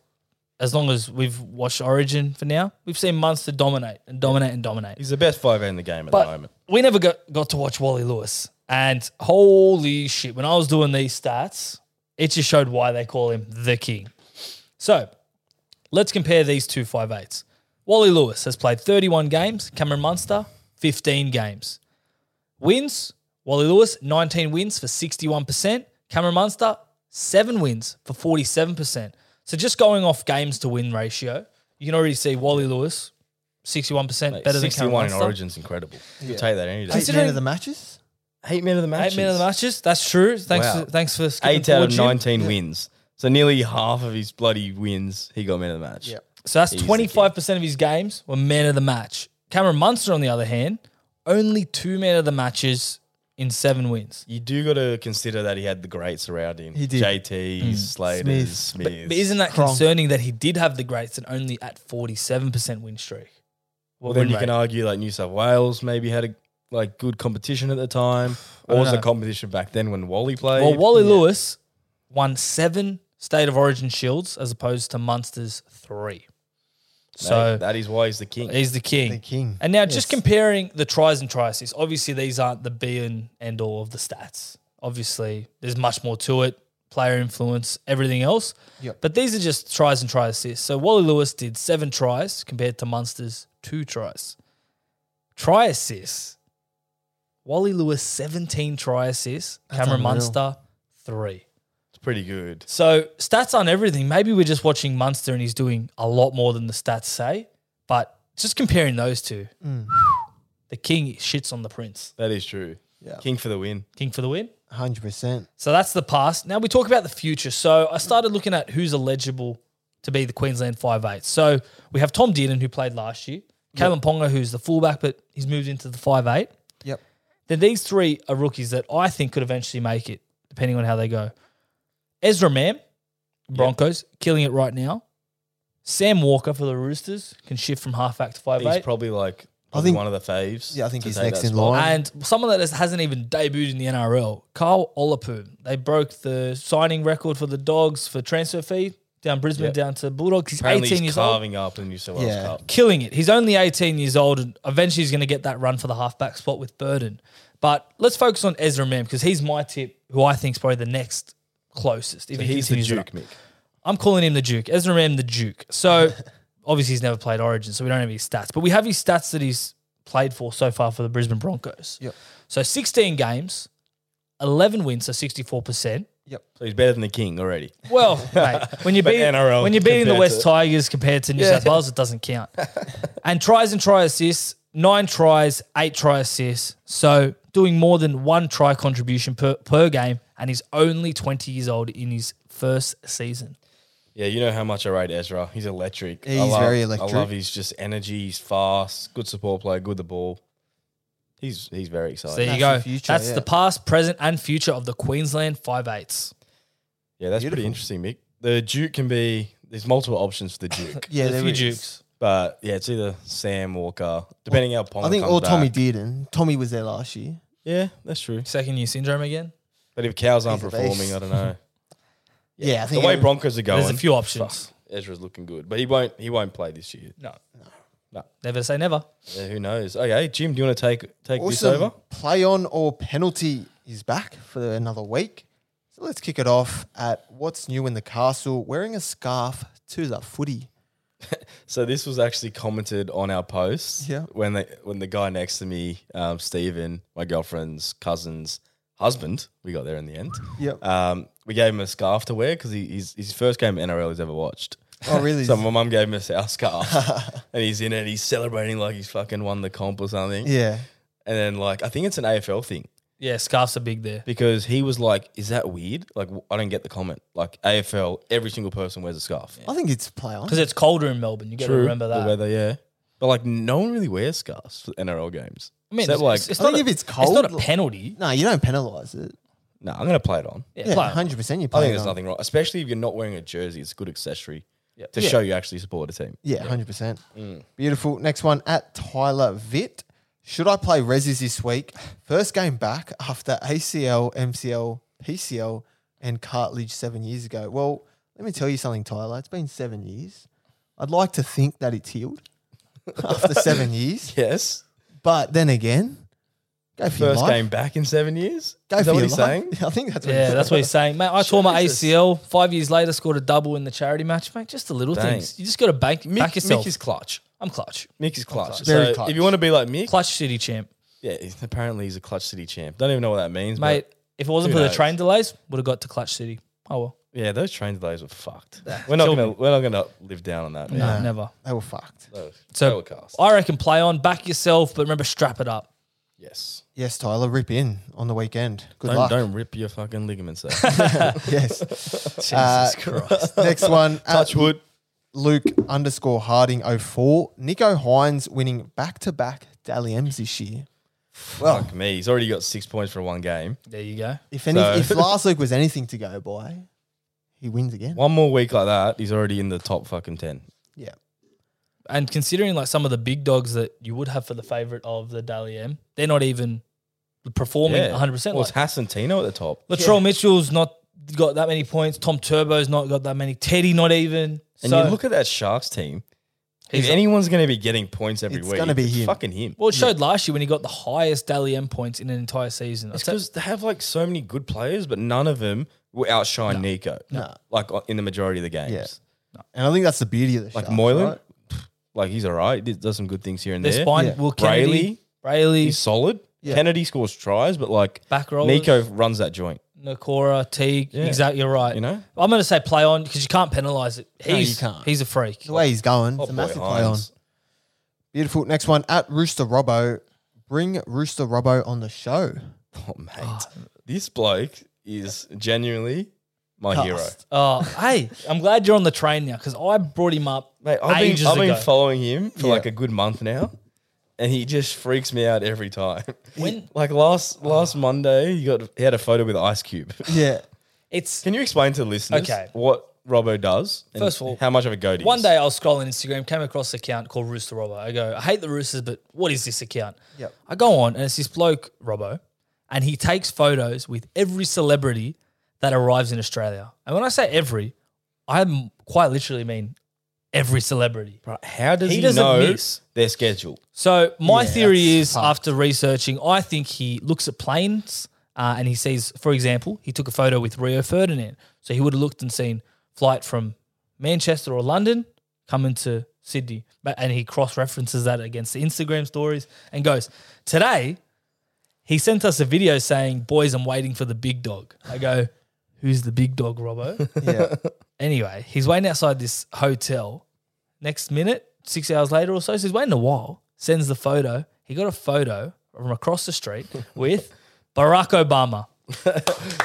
as long as we've watched Origin for now, we've seen Munster dominate and dominate and dominate. He's the best five in the game at But the moment. we never got, got to watch Wally Lewis. And holy shit, when I was doing these stats, it just showed why they call him the king. So let's compare these two five eights. Wally Lewis has played 31 games, Cameron Munster, 15 games. Wins, Wally Lewis, 19 wins for 61%. Cameron Munster, 7 wins for 47%. So just going off games to win ratio, you can already see Wally Lewis, 61% Mate, better than Cameron 61 in Munster. Origin's incredible. You'll take that any day. Eight men of the matches. Eight men of the match. Eight men of the matches. That's true. Thanks. Wow. For, thanks for skipping eight out forward, of Jim. 19 wins. So nearly half of his bloody wins, he got man of the match. Yep. So that's Easy. twenty five percent of his games were men of the match. Cameron Munster, on the other hand, only two men of the matches in seven wins. You do got to consider that he had the greats around him. He did. JT, Slater, Smith. Smith. Mm. But isn't that Cronk. concerning that he did have the greats and only at forty seven percent win streak? well, then win you can rate? argue like New South Wales maybe had a like good competition at the time. I Or was don't the know. competition back then when Wally played? Well, Wally Lewis won seven state of origin shields as opposed to Munster's three. Mate, So that is why he's the king. he's the king. The King. And now, just comparing the tries and try assists, obviously these aren't the be and end all of the stats. Obviously, there's much more to it player influence, everything else. Yep. But these are just tries and try assists. So Wally Lewis did seven tries compared to Munster's two tries. Try assists. Wally Lewis, 17 try assists. That's Cameron unreal. Munster, three. It's pretty good. So stats aren't everything. Maybe we're just watching Munster and he's doing a lot more than the stats say. But just comparing those two, the king shits on the prince. That is true. Yeah. King for the win. King for the win. 100%. So that's the past. Now we talk about the future. So I started looking at who's eligible to be the Queensland 5'8. So we have Tom Dearden, who played last year, Kalen Ponga, who's the fullback, but he's moved into the 5'8. Yep. Then these three are rookies that I think could eventually make it, depending on how they go. Ezra Mam, Broncos, killing it right now. Sam Walker for the Roosters can shift from halfback to five He's eight, probably like I I think- think, one of the faves. Yeah, I think to he's take next that in spot. line. and someone that has- hasn't even debuted in the NRL, Carl Olapun. They broke the signing record for the Dogs for transfer fee. down Brisbane, Yep. down to Bulldogs. He's Apparently 18 he's years old. carving up in the New South Wales Yeah. Cup. Killing it. He's only 18 years old and eventually he's going to get that run for the halfback spot with Burden. But let's focus on Ezra Mem because he's my tip, who I think is probably the next closest. If he He's the continues it Duke, up. Mick. I'm calling him the Duke. Ezra Mam the Duke. <laughs> So obviously he's never played Origin, so we don't have his stats, but we have his stats that he's played for so far for the Brisbane Broncos. Yep. So 16 games, 11 wins, so 64%. So he's better than the King already. Well, <laughs> mate, when you But beat NRL when you're beating the compared West to- Tigers compared to New South Wales, it doesn't count. and tries and try assists, nine tries, eight try assists. So doing more than one try contribution per, per game, and he's only 20 years old in his first season. Yeah, you know how much I rate Ezra. He's electric. I He's love- very electric. I love his just energy. He's fast, good support player, good with the ball. He's he's very exciting. So there That's you go. the future, That's yeah. the past, present, and future of the Queensland Five Eights. yeah, that's pretty Beautiful. interesting, Mick. The Duke can be there's multiple options for the Duke. <laughs> Yeah, There's there a few is. Dukes. But yeah, it's either Sam Walker, depending how Ponga I think comes all Tommy back. Dearden. Tommy was there last year. Yeah, that's true. Second year syndrome again. But if cows aren't He's a performing, beast. I don't know. Yeah, I think the way it- Broncos are going, There's a few options. Ezra's looking good, but he won't he won't play this year. No. No. Never say never. Yeah, who knows? Okay, Jim, do you want to take take this Awesome. over? Play on or penalty is back for another week. So let's kick it off at what's new in the castle. Wearing a scarf to the <laughs> footy. So this was actually commented on our post. Yeah. When the when the guy next to me, um, Stephen, my girlfriend's cousin's husband, we got there in the end. Yep. Um, we gave him a scarf to wear because he, he's his first game at NRL he's ever watched. Oh, really? <laughs> So my mum gave him a <laughs> South scarf, and he's in it. He's celebrating like he's fucking won the comp or something. yeah. And then like I think it's an AFL thing Yeah, scarves are big there. because he was like, "Is that weird?" Like w- I don't get the comment. Like AFL, every single person wears a scarf. I think it's play on. Because it's colder in Melbourne. You got to remember that. The weather, yeah. But like, no one really wears scarves for NRL games. I mean, Except, it's, like, it's, it's I think not a, if it's it's cold, not a penalty. no, you don't penalise it. no, I'm gonna play it on. Yeah, Yeah, play on. hundred percent. You I play. think it there's on. nothing wrong, especially if you're not wearing a jersey. It's a good accessory Yep. to Yeah. show you actually support a team. Yeah, hundred percent. Mm. Beautiful. Next one at Tyler Vitt. Should I play Resis this week? First game back after ACL, MCL, PCL, and cartilage seven years ago. Well, let me tell you something, Tyler. It's been seven years. I'd like to think that it's <laughs> healed after seven years, Yes, but then again, go for your first life. game back in seven years. Go Is for that what your he's life. saying? <laughs> I think that's what Yeah, he's that's what he's saying, mate. I tore my ACL five years later, scored a double in the charity match, mate. Just the little Dang. things. You just got to bank, back Mick, yourself. Mick is clutch. I'm clutch, Mick is clutch. Very so clutch. if you want to be like Mick, clutch city champ, yeah, he's- apparently he's a clutch city champ. Don't even know what that means, mate. but If it wasn't who for the knows? train delays, would have got to clutch city. Oh well, Yeah, those train delays were fucked. we're not gonna we're not gonna live down on that. no, man. never. They were fucked. That was- So- that was cast. I reckon play on, back yourself, but remember strap it up. Yes. Yes, Tyler, rip in on the weekend. Good Don't, luck. Uh, don't rip your fucking ligaments <laughs> out. <laughs> Yes. Jesus Uh, Christ. Next one. at <laughs> Touch wood. Luke underscore Harding 04. Nico Hines winning back to back Dally M's this year. Well, Fuck me. He's already got six points for one game. There you go. if any, So- if last week was anything to go by, he wins again. One more week like that, he's already in the top fucking 10. Yeah. And considering like some of the big dogs that you would have for the favorite of the Daly M, they're not even performing 100. percent Well, it's Hasantino at the top. Latrell Mitchell's not got that many points. Tom Turbo's not got that many. Teddy not even. And so you look at that Sharks team. If he's- anyone's going to be getting points every It's week, gonna be it's him. fucking him. well, it showed last year when he got the highest Daly M points in an entire season. It's because they have like so many good players, but none of them will outshine Nico. No. Like uh, in the majority of the games. Yeah. And I think that's the beauty of the Like Sharks, Moylan, right? pff, like he's all right. He does some good things here and Their there. spine, Yeah. Will Kennedy, Brayley. Brayley, He's solid. Yeah. Kennedy scores tries, but like back rollers, Nico runs that joint. Nakora, Teague. Yeah. Exactly, you're right. You know? I'm going to say play on because you can't penalise it. He's, No, you can't. He's a freak. The way he's going, Oh, it's a boy, massive play on. Hines. Beautiful. Next one at Rooster Robbo. Bring Rooster Robbo on the <laughs> show. Oh, mate. Ah. This bloke is genuinely my hero. Cast. Oh, hey, I'm glad you're on the train now because I brought him up. Mate, I've, been, Ages I've been ago. following him for Yeah. like a good month now, and he just freaks me out every time. <laughs> When- like last last Ah. Monday, he got he had a photo with Ice Cube. <laughs> Yeah. It's Can you explain to the listeners Okay. what Robbo does? and First of all, how much of a goat he One is? day I was scrolling Instagram, came across an account called Rooster Robbo. I go, I hate the Roosters, but what is this account? Yep. I go on, and it's this bloke, Robbo, and he takes photos with every celebrity that arrives in Australia. And when I say every, I'm quite literally mean every celebrity. Bro, how does He he, doesn't know miss. their schedule? So my Yeah, theory that's is, tough. after researching, I think he looks at planes uh, and he sees, for example, he took a photo with Rio Ferdinand, so he would have looked and seen flight from Manchester or London coming to Sydney, but and he cross references that against the Instagram stories and goes, today he sent us a video saying, boys, I'm waiting for the big dog. I go, who's the big dog, Robbo? Yeah. Anyway, he's waiting outside this hotel. Next minute, six hours later or so, so he's waiting a while, sends the photo. He got a photo from across the street <laughs> with Barack Obama.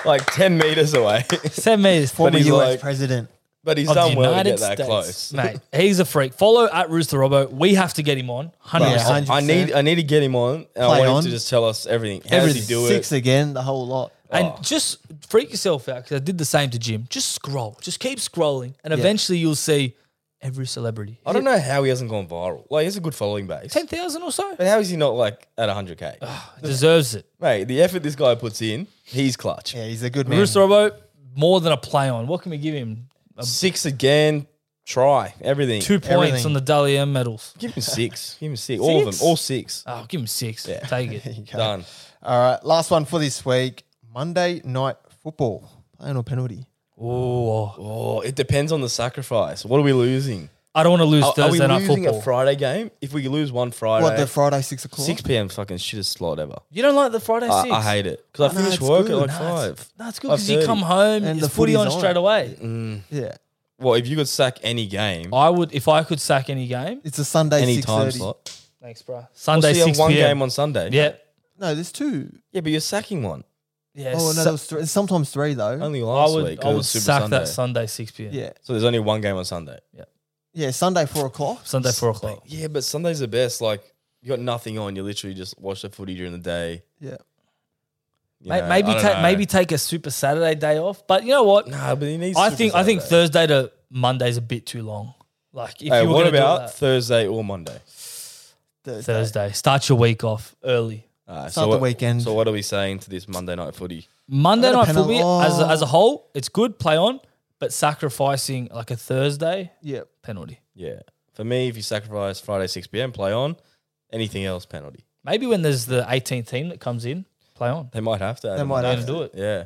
Like ten meters away, <laughs> Send me this Former US he's like- president. but he's of the done well to United get that States. close. <laughs> Mate, he's a freak. Follow at Rooster Robbo. We have to get him on. 100%. Yeah, I need, I need to get him on. And I Play want him on. to just tell us everything. How does he do Six it? again, the whole lot. And Oh. just freak yourself out because I did the same to Jim. Just scroll. Just keep scrolling. And eventually you'll see every celebrity. I don't know how he hasn't gone viral. Like he has a good following base, 10,000 <laughs> or so. but how is he not like at 100k? Deserves it. Mate, the effort this guy puts in, he's clutch. Yeah, he's a good man. Rooster Robbo, more than a play on. What can we give him? Six again, try everything. Two points Everything. on the Dally M medals. Give <laughs> him six. Give him six. All of them. Six? All six. Oh, give him six. <laughs> Take it. Okay. Done. All right, last one for this week. Monday night football. Playing or penalty? Oh, Oh, it depends on the sacrifice. What are we losing? I don't want to lose Are, are we Thursday night losing football. a Friday game? If we lose one Friday, What the Friday six o'clock? 6 p.m. fucking shittest slot ever. you don't like the Friday I, six? I hate it because I No, finish it's work good. at like No, five. it's- No, it's good because you 5:30. come home And and it's the footy footy's on on. straight away. Mm-hmm. Yeah, Well, if you could sack any game, I would if I could sack any game. it's a Sunday any six time thirty. slot, Thanks, bro. Well, Sunday so you have six one p.m. game on Sunday. yeah, No, there's two. yeah, but you're sacking one yeah. Oh no, sa- there was three. Sometimes three though. only I last would, week. I 'cause it would was sack Super that Sunday six p.m. Yeah, So there's only one game on Sunday. yeah. Sunday four o'clock. Sunday four o'clock. Yeah, but Sunday's the best. Like you got nothing on. You literally just watch the footy during the day. Yeah, you May know, maybe I don't take know. maybe take a Super Saturday day off. But you know what? Nah, but he needs. I Super think I think Saturday. Thursday to Monday's a bit too long. Like if Hey, you were what gonna do it about that- Thursday or Monday? Thursday. Thursday? Start your week off early. Uh, not the what- weekend. So what are we saying to this Monday night footy? Monday I got a night penal- football as, a, Oh. as a whole, it's good play on, but sacrificing like a Thursday Yeah, penalty. Yeah, for me, if you sacrifice Friday six pm, play on. Anything else, penalty. Maybe when there's the 18th team that comes in, play on. They might have to. Add They them might on. have Don't do it. Yeah,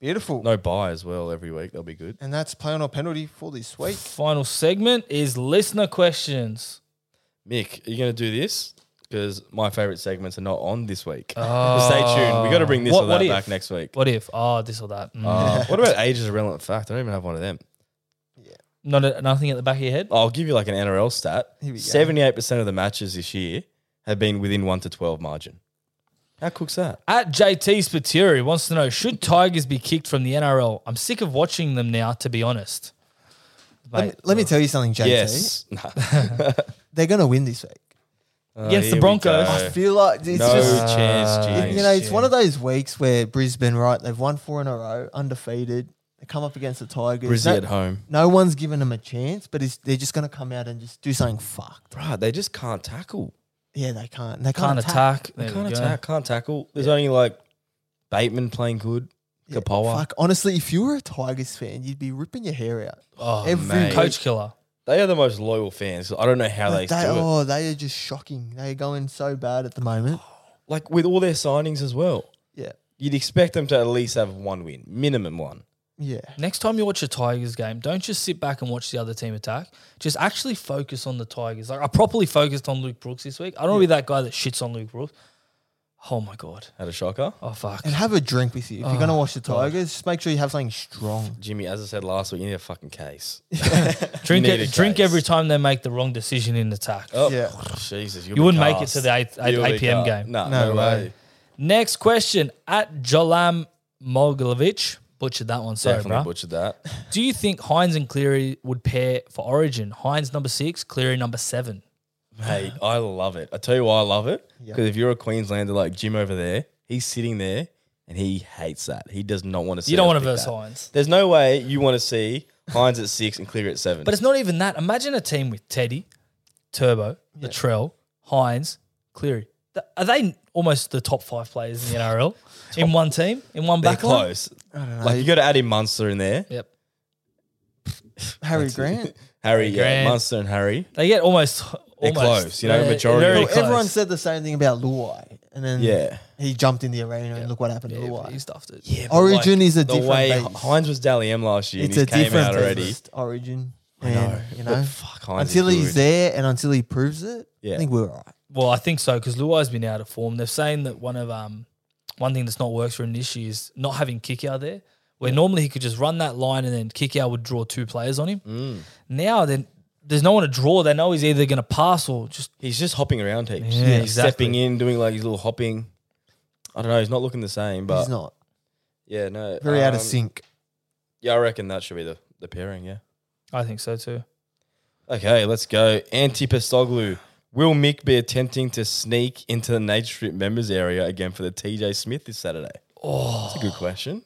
beautiful. no buy as well every week. That'll be good. And that's play on or penalty for this week. Final segment is listener questions. Mick, are you going to do this? Because my favorite segments are not on this week. But Stay tuned. We got to bring this What- or what that if? back <laughs> next week. What if? Oh, this or that. Mm. Uh, what about age is a relevant fact? I don't even have one of them. <laughs> Not a, nothing at the back of your head. I'll give you like an NRL stat. Here we go. Seventy-eight percent of the matches this year have been within one to twelve margin. How cook's that? At JT Spatieri wants to know: Should Tigers be kicked from the NRL? I'm sick of watching them now. To be honest, Let me, let me tell you something, JT. <laughs> Yes. Nah. Uh, They're gonna win this week. Oh, Against here the we Broncos. go. I feel like it's no just chance, It- James. you know, it's one of those weeks where Brisbane, right? They've won four in a row, undefeated. They come up against the Tigers. Brizzy no, at home. no one's given them a chance, but it's, they're just going to come out and just do something fucked. Bruh, they just can't tackle. Yeah, they can't. They can't, can't attack. attack. They There we can't go. attack, can't tackle. There's only like Bateman playing good. Yeah, Kapoa. Fuck, honestly, if you were a Tigers fan, you'd be ripping your hair out. Oh, Every mate. week. Coach killer. They are the most loyal fans. I don't know how they, Like, they, do it. oh, they are just shocking. They're going so bad at the moment. Like with all their signings as well. Yeah, You'd expect them to at least have one win, minimum one. yeah. Next time you watch a Tigers game, don't just sit back and watch the other team attack. Just actually focus on the Tigers. Like I properly focused on Luke Brooks this week. I don't want to be that guy that shits on Luke Brooks. Oh my god. Had a shocker. Oh fuck. And have a drink with you if you're going to watch the Tigers. Just make sure you have something strong. Jimmy, as I said last week, you need a <laughs> fucking case. <laughs> Drink need a it, drink case. every time they make the wrong decision in attack. Oh, Yeah. Jesus. You wouldn't make it to the 8, 8, 8 p.m. game. No, No no, way. way. Next question at Jolam Moglovic. Butchered that one, sorry, Definitely bro. butchered that. <laughs> Do you think Hines and Cleary would pair for Origin? Hines number six, Cleary number seven. Mate, I love it. I tell you why I love it. Yeah. Because if you're a Queenslander like Jim over there, he's sitting there and he hates that. He does not want to see You don't us want to pick verse that. Hines. There's no way you want to see Hines at six and Clear at seven. But it's not even that. Imagine a team with Teddy, Turbo, Latrell, Hines, Cleary. Th- Are they almost the top five players in <laughs> the NRL in one team, in one they're back line? close. Like you got to add in Munster in there. Yep. Harry Grant. Harry, yeah, Grant. Munster and Harry. They get almost, They're almost close, you know, They're majority- very Well, Well, close. everyone said the same thing about Luai, and then Yeah. he jumped in the arena Yeah. and look what happened to yeah, Luai. he stuffed it. Yeah, Origin is a The different way beast. Hines was Dally M last year, it's a and he came different out already. beast, Origin, I and, you But know, fuck, Hines is until he's good. there and until he proves it, Yeah. I think we're all right. Well, I think so because Luai's been out of form. They're saying that one of um one thing that's not worked for him this year is not having kick out there, where normally he could just run that line and then kick out would draw two players on him. Mm. Now then, there's no one to draw. They know he's either going to pass or just He's just hopping around heaps. Yeah, he's stepping exactly. in, doing like his little hopping. I don't know. He's not looking the same, but he's not yeah, no, very out of um, sync. Yeah, I reckon that should be the, the pairing. Yeah. I think so too. Okay, let's go. Antipastoglu. Will Mick be attempting to sneak into the Nature Strip members area again for the TJ Smith this Saturday? Oh, that's a good question.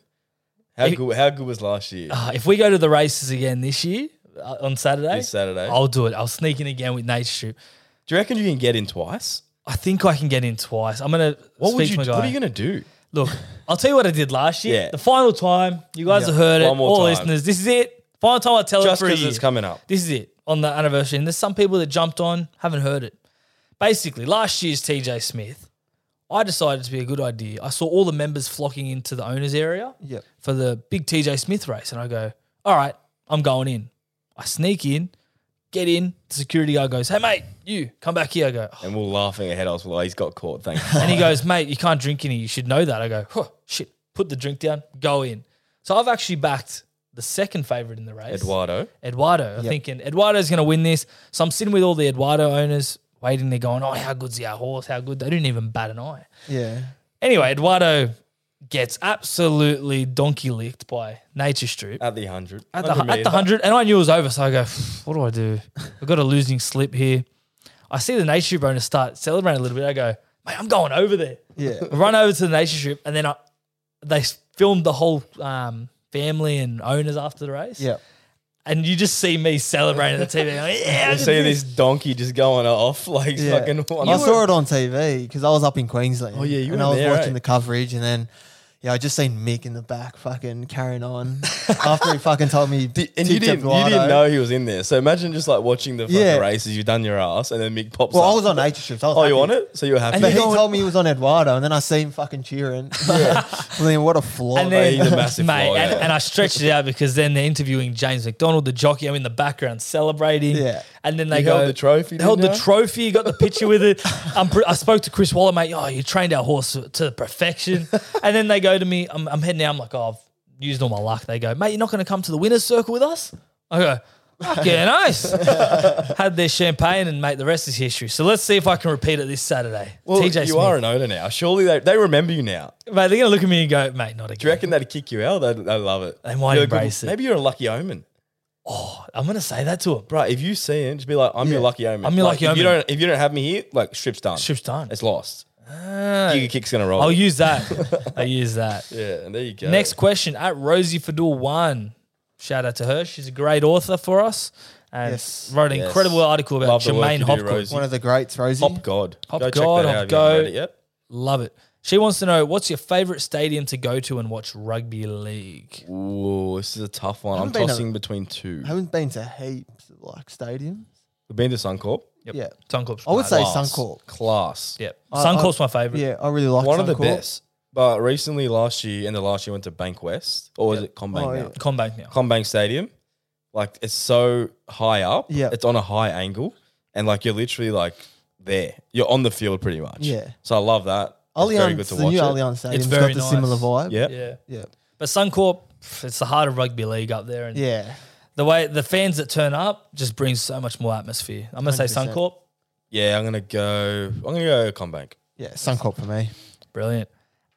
How If- good? How good was last year? Uh, if we go to the races again this year uh, on Saturday, This Saturday. I'll do it. I'll sneak in again with Nate Shoot. Do you reckon you can get in twice? I think I can get in twice. I'm gonna. What would speak to you? my What guy. are you gonna do? Look, I'll tell you what I did last year. Yeah. The final time, you guys have heard it, One more all time. listeners. This is it. Final time I tell Just it for a because year. it's coming up. This is it on the anniversary. And there's some people that jumped on, haven't heard it. Basically, last year's TJ Smith, I decided to be a good idea. I saw all the members flocking into the owners area Yep. for the big TJ Smith race. And I go, all right, I'm going in. I sneak in, get in. The security guy goes, hey, mate, you come back here. I go, "Oh." And we're laughing ahead. I was like, he's got caught. <laughs> Thanks. and he goes, mate, you can't drink any. You should know that. I go, huh, shit, put the drink down, go in. So I've actually backed the second favorite in the race. Eduardo. Eduardo. I'm thinking Eduardo's going to win this. So I'm sitting with all the Eduardo owners waiting. They're going, oh, how good's our horse? How good? They didn't even bat an eye. Yeah, Anyway, Eduardo gets absolutely donkey licked by Nature Stroop At the 100. at the, at the 100. And I knew it was over. So I go, what do I do? I've got a losing slip here. I see the Nature Stroop owner start celebrating a little bit. I go, mate, I'm going over there. <laughs> yeah. I run over to the Nature Stroop. And then I, they filmed the whole um, family and owners after the race Yeah. and you just see me celebrating the TV. Like, yeah, I You did see this. this donkey just going off like Yeah. fucking one. I saw it on TV because I was up in Queensland. Oh, yeah, you and were I was there, watching eh? the coverage, and then yeah, I just seen Mick in the back fucking carrying <laughs> on after he fucking told me. Di- and you tipped didn't, you Eduardo. didn't know he was in there. So imagine just like watching the fucking Yeah. races, you've done your ass, and then Mick pops Well, up. I was on nature trips. I was Oh, you happy. on it? So you were happy. And he He's told me he was on Eduardo, and then I see him fucking cheering. <laughs> Yeah. I mean, what a flop. And Mate, then, he's a massive mate, flog, and, yeah. and I stretched it out because then they're interviewing James McDonald, the jockey. I'm in the background celebrating. Yeah. And then they You go, held the trophy, They held the didn't you? trophy. Got the picture with it. I'm pr- I spoke to Chris Waller, mate. Oh, you trained our horse to perfection. and then they go to me. I'm, I'm heading out. I'm like, oh, I've used all my luck. They go, mate, you're not going to come to the winner's circle with us? I go. <laughs> Yeah, nice. Had their champagne and mate, the rest is history. So let's see if I can repeat it this Saturday. well, TJ you Smith. are an owner now. Surely they, they remember you now. Do Mate, they're gonna look at me and go, mate, not again. you reckon they'd kick you out? They'd, they'd love it. They might You're a good- embrace it. Maybe you're a lucky omen. I'm gonna say that to him. Bro, if you see him, just be like, I'm your lucky omen. I'm your Like, lucky if You omen. don't, if you don't have me here, like, strip's done. Strip's done. It's lost. Ah. Giga kick's going to roll. I'll <laughs> use that. I'll use that. yeah, and there you go. Next question at Rosie Fadul one. Shout out to her. She's a great author for us and Yes. wrote an Yes. incredible article about Love the work Jermaine you do, Hopgood. Rosie. One of the greats, Rosie. Hop God. Hop go check God, that out Hop if you haven't read God. it yet. Love it. She wants to know what's your favorite stadium to go to and watch rugby league. Ooh, this is a tough one. I'm Haven't been to- tossing between two. haven't been to heaps of, like stadiums. We've been to Suncorp. Yep. Yeah. Suncorp's. I would mad. say Class. Suncorp. Class. Yep. I- Suncorp's my favorite. Yeah, I really like One of the Suncorp. best. But recently, last year and the last year, went to Bank West, or is it Combank Oh, now? yeah. Combank now. Combank Stadium. Like it's so high up. Yeah. It's on a high angle, and like you're literally like there. You're on the field pretty much. Yeah. So I love that. It's very good Allianz, to the watch new it. Allianz Stadium's very got the nice. similar vibe. Yeah. Yeah. Yeah. But Suncorp, pff, it's the heart of rugby league up there. And Yeah. the way the fans that turn up just brings so much more atmosphere. I'm gonna say 100%. Suncorp, Yeah. I'm gonna go. I'm gonna go Combank. Yeah. Suncorp for me. brilliant.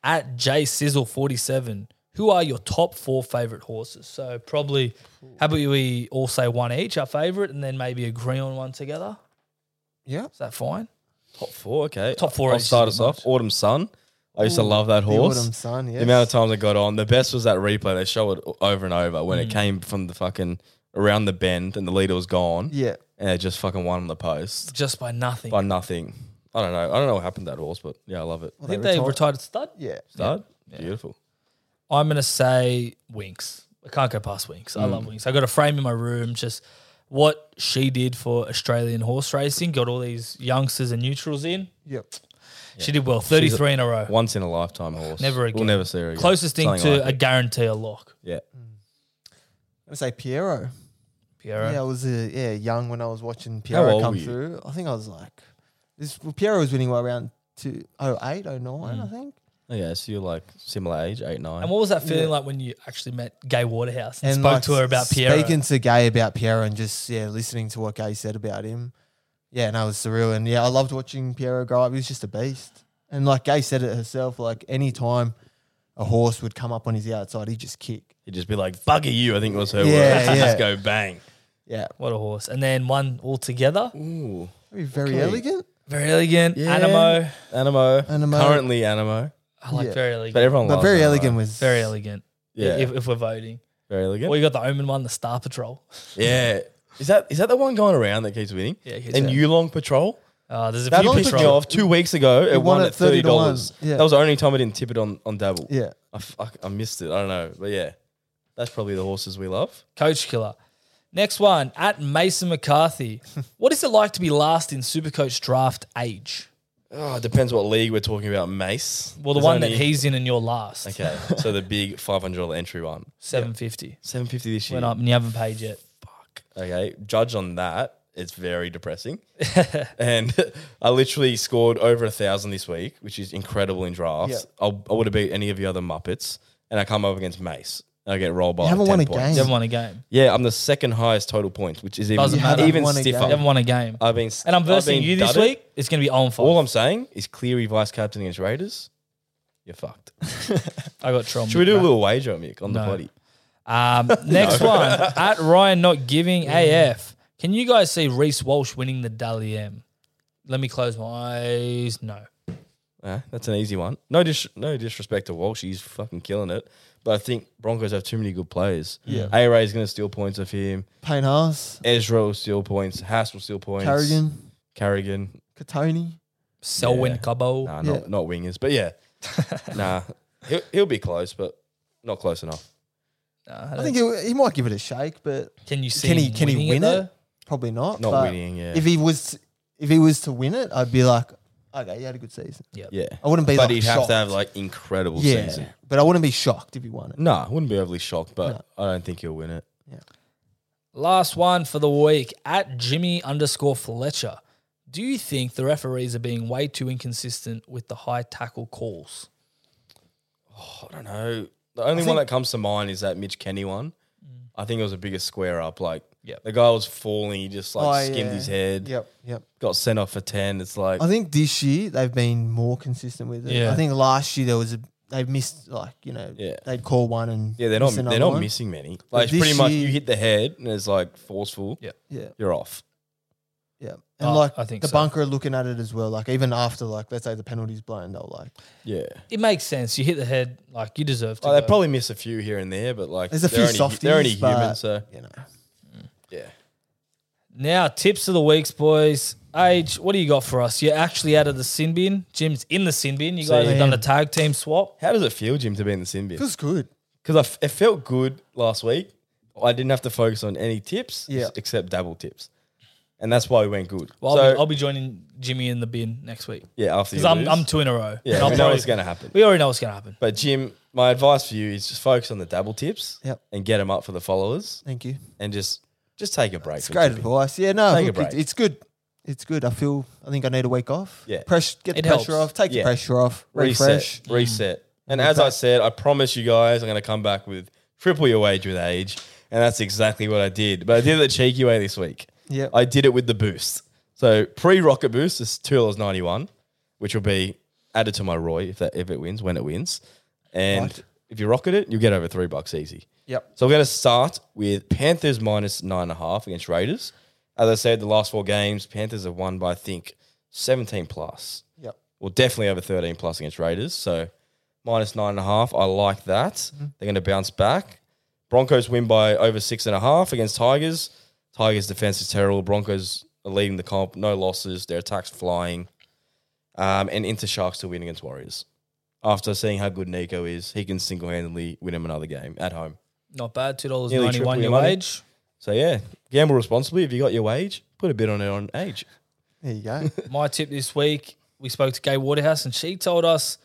At J Sizzle 47, who are your top four favorite horses? So probably, how about we all say one each, our favorite, and then maybe agree on one together. Yeah. Is that fine? Top four. Okay. Top four I'll is start just us a off. bunch. Autumn Sun. I used to love that The horse. Autumn Sun. Yeah. The amount of times I got on, the best was that replay. They show it o- over and over when it Mm. came from the fucking around the bend and the leader was gone. Yeah. And it just fucking won on the post Just by nothing. by nothing. I don't know. I don't know what happened to that horse, but yeah, I love it. I Well, think they they retired- retired stud. Yeah. Stud? Beautiful. I'm gonna say Winks. I can't go past Winks. I Mm. love Winks. I got a frame in my room, just what she did for Australian horse racing, got all these youngsters and neutrals in. Yep. She did well, 33 in a row. Once in a lifetime horse. Never again. We'll never see her again. Closest thing Something to like a it. guarantee a lock, yeah. I say Piero. Piero. Yeah, I was uh, yeah young when I was watching Piero old come were you? through. I think I was like, this well, Piero was winning well around two oh eight oh nine. Hmm. I think. Okay, Oh, so you're like similar age, eight nine. And what was that feeling Yeah. like when you actually met Gay Waterhouse and, And spoke like, to her about Piero? Speaking to Gay about Piero and just yeah listening to what Gay said about him. Yeah, and that was surreal. And yeah, I loved watching Piero grow up. He was just a beast. And like Gay said it herself, like any time a horse would come up on his outside, he'd just kick. He'd just be like, "Bugger you," I think was her Yeah, words. She'd yeah. <laughs> Just go bang. Yeah, What a horse. And then one altogether. Ooh, That'd be very Okay. elegant. Very elegant. Yeah. Animo. animo. Animo. Currently animo, I like Yeah. very but elegant. everyone But loves very Animo. elegant was Very elegant. Yeah, If, if we're voting. very elegant. Or you got the Omen one, the Star Patrol. yeah. Is that is that the one going around that keeps winning? Yeah, it keeps And winning. Yulong Patrol. Uh, there's a That few one pissed me patrol. off two weeks ago. It, won won at at thirty dollars. $30, yeah. That was the only time I didn't tip it on on Dabble. Yeah. I, fuck, I missed it. I don't know, but yeah, that's probably the horses we love. Coach killer. Next one at Mason McCarthy. what is it like to be last in Supercoach draft age? Oh, it depends what league we're talking about. Mace. Well, the There's one that only- he's in and you're last. Okay, so the big five hundred dollar entry one, 750. seven fifty this year. Went up and you haven't paid yet. Okay, judge on that. It's very <laughs> depressing. and I literally scored over a thousand this week, which is incredible in drafts. I'll, I would have beat any of the other Muppets, and I come up against Mace. And I get rolled by. You haven't 10 won a points. game. You haven't won a game. Yeah, I'm the second highest total points, which is even Doesn't matter. even Won a stiffer. game. You haven't won a game. I've been s- And I'm I've versing been you this dudded. week. It's going to be on 5. All I'm saying is Cleary vice captain against Raiders. You're <laughs> fucked. I got Trom. Should we do a little wager, Mick, on the No. body? <laughs> Um, next one at Ryan not giving AF. Can you guys see Reese Walsh winning the Dally M? Let me close my eyes. No. Nah, that's an easy one. No, dis- no disrespect to Walsh, he's fucking killing it. But I think Broncos have too many good players. Yeah. A Ray's going to steal points off him. Payne Haas, Ezra will steal points. Haas will steal points. Carrigan, Carrigan. Katoni. Selwyn Yeah. Cabo. Nah, Yeah. not, not wingers. <laughs> But yeah, nah, he'll, he'll be close, but not close enough. Nah, I think he, he might give it a shake, but Can you see? can he him can he winning win though? it? Probably not. Not but winning, yeah. If he was if he was to win it, I'd be like, okay, he had a good season. yeah. I wouldn't be But like he'd shocked. have to have like incredible yeah, season. but I wouldn't be shocked if he won it. Nah, wouldn't be overly shocked, but I don't think he'll win it. Last one for the week at Jimmy underscore Fletcher. Do you think the referees are being way too inconsistent with the high tackle calls? I don't know. The only one that comes to mind is that Mitch Kenny one. Mm. I think it was the biggest square up. Like Yep. the guy was falling, he just like Oh, skimmed yeah. his head, Yep, yep. got sent off for ten. It's like I think this year they've been more consistent with it. Yeah. I think last year there was a they missed like you know Yeah. they'd call one and yeah, they're not miss another they're not one. missing many. Like it's this pretty much year- you hit the head and it's like forceful. Yeah. Yeah, You're off. yeah, and Oh, like I think the so. bunker looking at it as well. Like even after like let's say the penalty's blown, they'll like Yeah. It makes sense. You hit the head, like you deserve to. Like, they go. probably miss a few here and there, but like There's a they're few only, hu- They're only softies, but- human, so you know. yeah. Now, tips of the weeks, boys. Age, what do you got for us? You're actually out of the sin bin. Jim's in the sin bin. You guys See. have done a tag team swap. How does it feel, Jim, to be in the sin bin? Feels good. Because I f- it felt good last week. I didn't have to focus on any tips Yeah. except dabble tips. And that's why we went good. Well, So- I'll, be, I'll be joining Jimmy in the bin next week Yeah, after you because I'm, lose. I'm two in a row. yeah, And I'll we know probably- what's going to happen. we already know what's going to happen. But Jim, my advice for you is just focus on the dabble tips Yep. and get them up for the followers, Thank you. and just just take a break. It's great advice. Yeah, no, Take a look, it- break. it's good. It's good. I feel. I think I need a week off. Yeah. pressure. Get It the pressure helps. off. Take Yeah. the pressure off. Reset, Refresh. Mm. reset. And as I said, I promise you guys, I'm going to come back with triple your wage with age, and that's exactly what I did. But I did it the cheeky way this week. Yep. I did it with the boost. So pre rocket boost is two dollars ninety one, which will be added to my Roy if that if it wins when it wins, and if you rocket it, you'll get over three bucks easy. Yep. So we're going to start with Panthers minus nine and a half against Raiders. As I said, the last four games, Panthers have won by I think seventeen plus. Yep. Well, definitely over thirteen plus against Raiders. So minus nine and a half. I like that. They're going to bounce back. Broncos win by over six and a half against Tigers. Tigers defense is terrible. Broncos are leading the comp. No losses. Their attacks flying. Um, and into Sharks to win against Warriors. After seeing how good Nico is, he can single handedly win him another game at home. Not bad. Two dollars Nearly ninety one triple your your money. wage. So yeah, gamble responsibly. If you got your wage, put a bit on it on age. There you <laughs> go. My tip this week, we spoke to Gay Waterhouse and she told us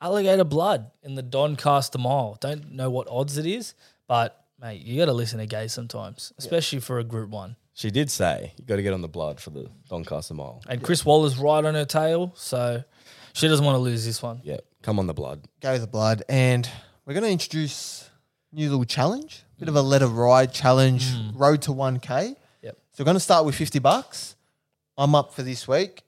alligator blood in the Doncaster Mile. Don't know what odds it is, but mate, you got to listen to Gay sometimes, especially for a group one. She did say you got to get on the blood for the Doncaster Mile. And Chris Waller's right on her tail, so she doesn't want to lose this one. Yeah, come on the blood. go with the blood, and we're going to introduce new little challenge, bit of a let a ride challenge, road to one k. Yep. So we're going to start with fifty bucks. I'm up for this week,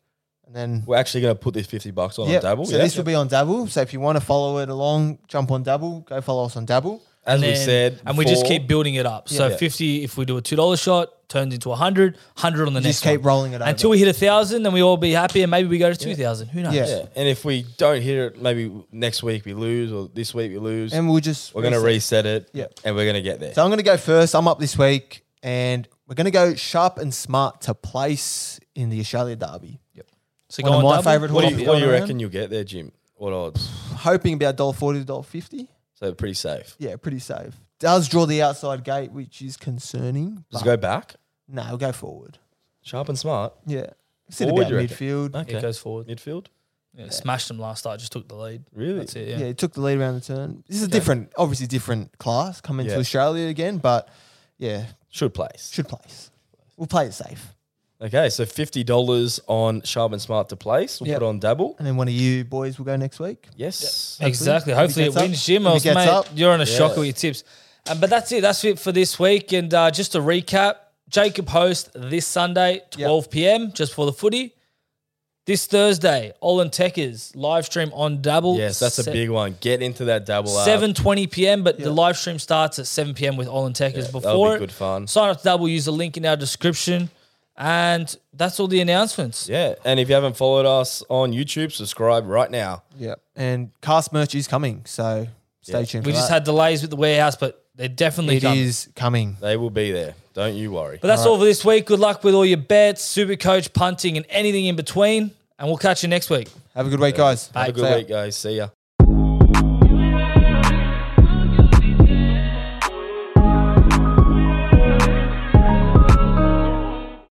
and then We're actually going to put this fifty bucks on, Yep, on Dabble. So yeah? this will be on Dabble. So if you want to follow it along, jump on Dabble. Go follow us on Dabble. as we Then- said, and we just before, keep building it up. So Yeah. 50, if we do a $2 shot, turns into 100, 100 on the next Just keep one. rolling it over. Until we hit a 1,000, then we all be happy and maybe we go to 2,000. Who knows? Yeah. Yeah, and if we don't hear it, maybe next week we lose, or this week we lose. and we'll just we're going to reset. reset it. Yeah. and we're going to get there. So I'm going to go first. I'm up this week, and we're going to go sharp and smart to place in the Australia Derby. So One of my double. favourite what do Coffee you, what do you on reckon you'll get there, Jim? What odds? Hoping about dollar forty to dollar fifty. So pretty safe. Yeah, pretty safe. Does draw the outside gate, which is concerning. Just but- go back, No, we'll go forward. sharp and smart. Yeah, sit Forward, about you reckon? midfield. Okay, It goes forward. midfield. Yeah, Smashed them last night, just took the lead. Really? That's it, Yeah. yeah. he took the lead around the turn. This is a different, obviously different class coming to Yeah. Australia again, but yeah, Should place. should place. We'll play it safe, Okay, so fifty dollars on Sharp and Smart to place. We'll Yep. put it on Dabble. and then one of you boys will go next week. Yes. Exactly. Hopefully it gets up. wins, If Jim. he Else, gets mate, up. you're on a Yeah. shocker with your tips. Um, but that's it. That's it for this week. And uh, just to recap, Jacob Host this Sunday, 12 p.m. just for the footy. This Thursday, Olin Techers live stream on Dabble. Yes, that's a Se- big one. Get into that Dabble app. 7.20 p.m., but Yeah. the live stream starts at 7 p.m. with Olin Techers that'll be before it. good fun. Sign up to Dabble, use the link in our description. And that's all the announcements. Yeah, and if you haven't followed us on YouTube, subscribe right now. Yeah, and cast merch is coming, so stay Yeah. tuned. We for just that. had delays with the warehouse, but they're definitely it coming. is coming. They will be there. Don't you worry. But that's all for this week. Good luck with all your bets, super coach, punting, and anything in between. And we'll catch you next week. Have a good week, guys. Have a See ya. good week, guys. See ya.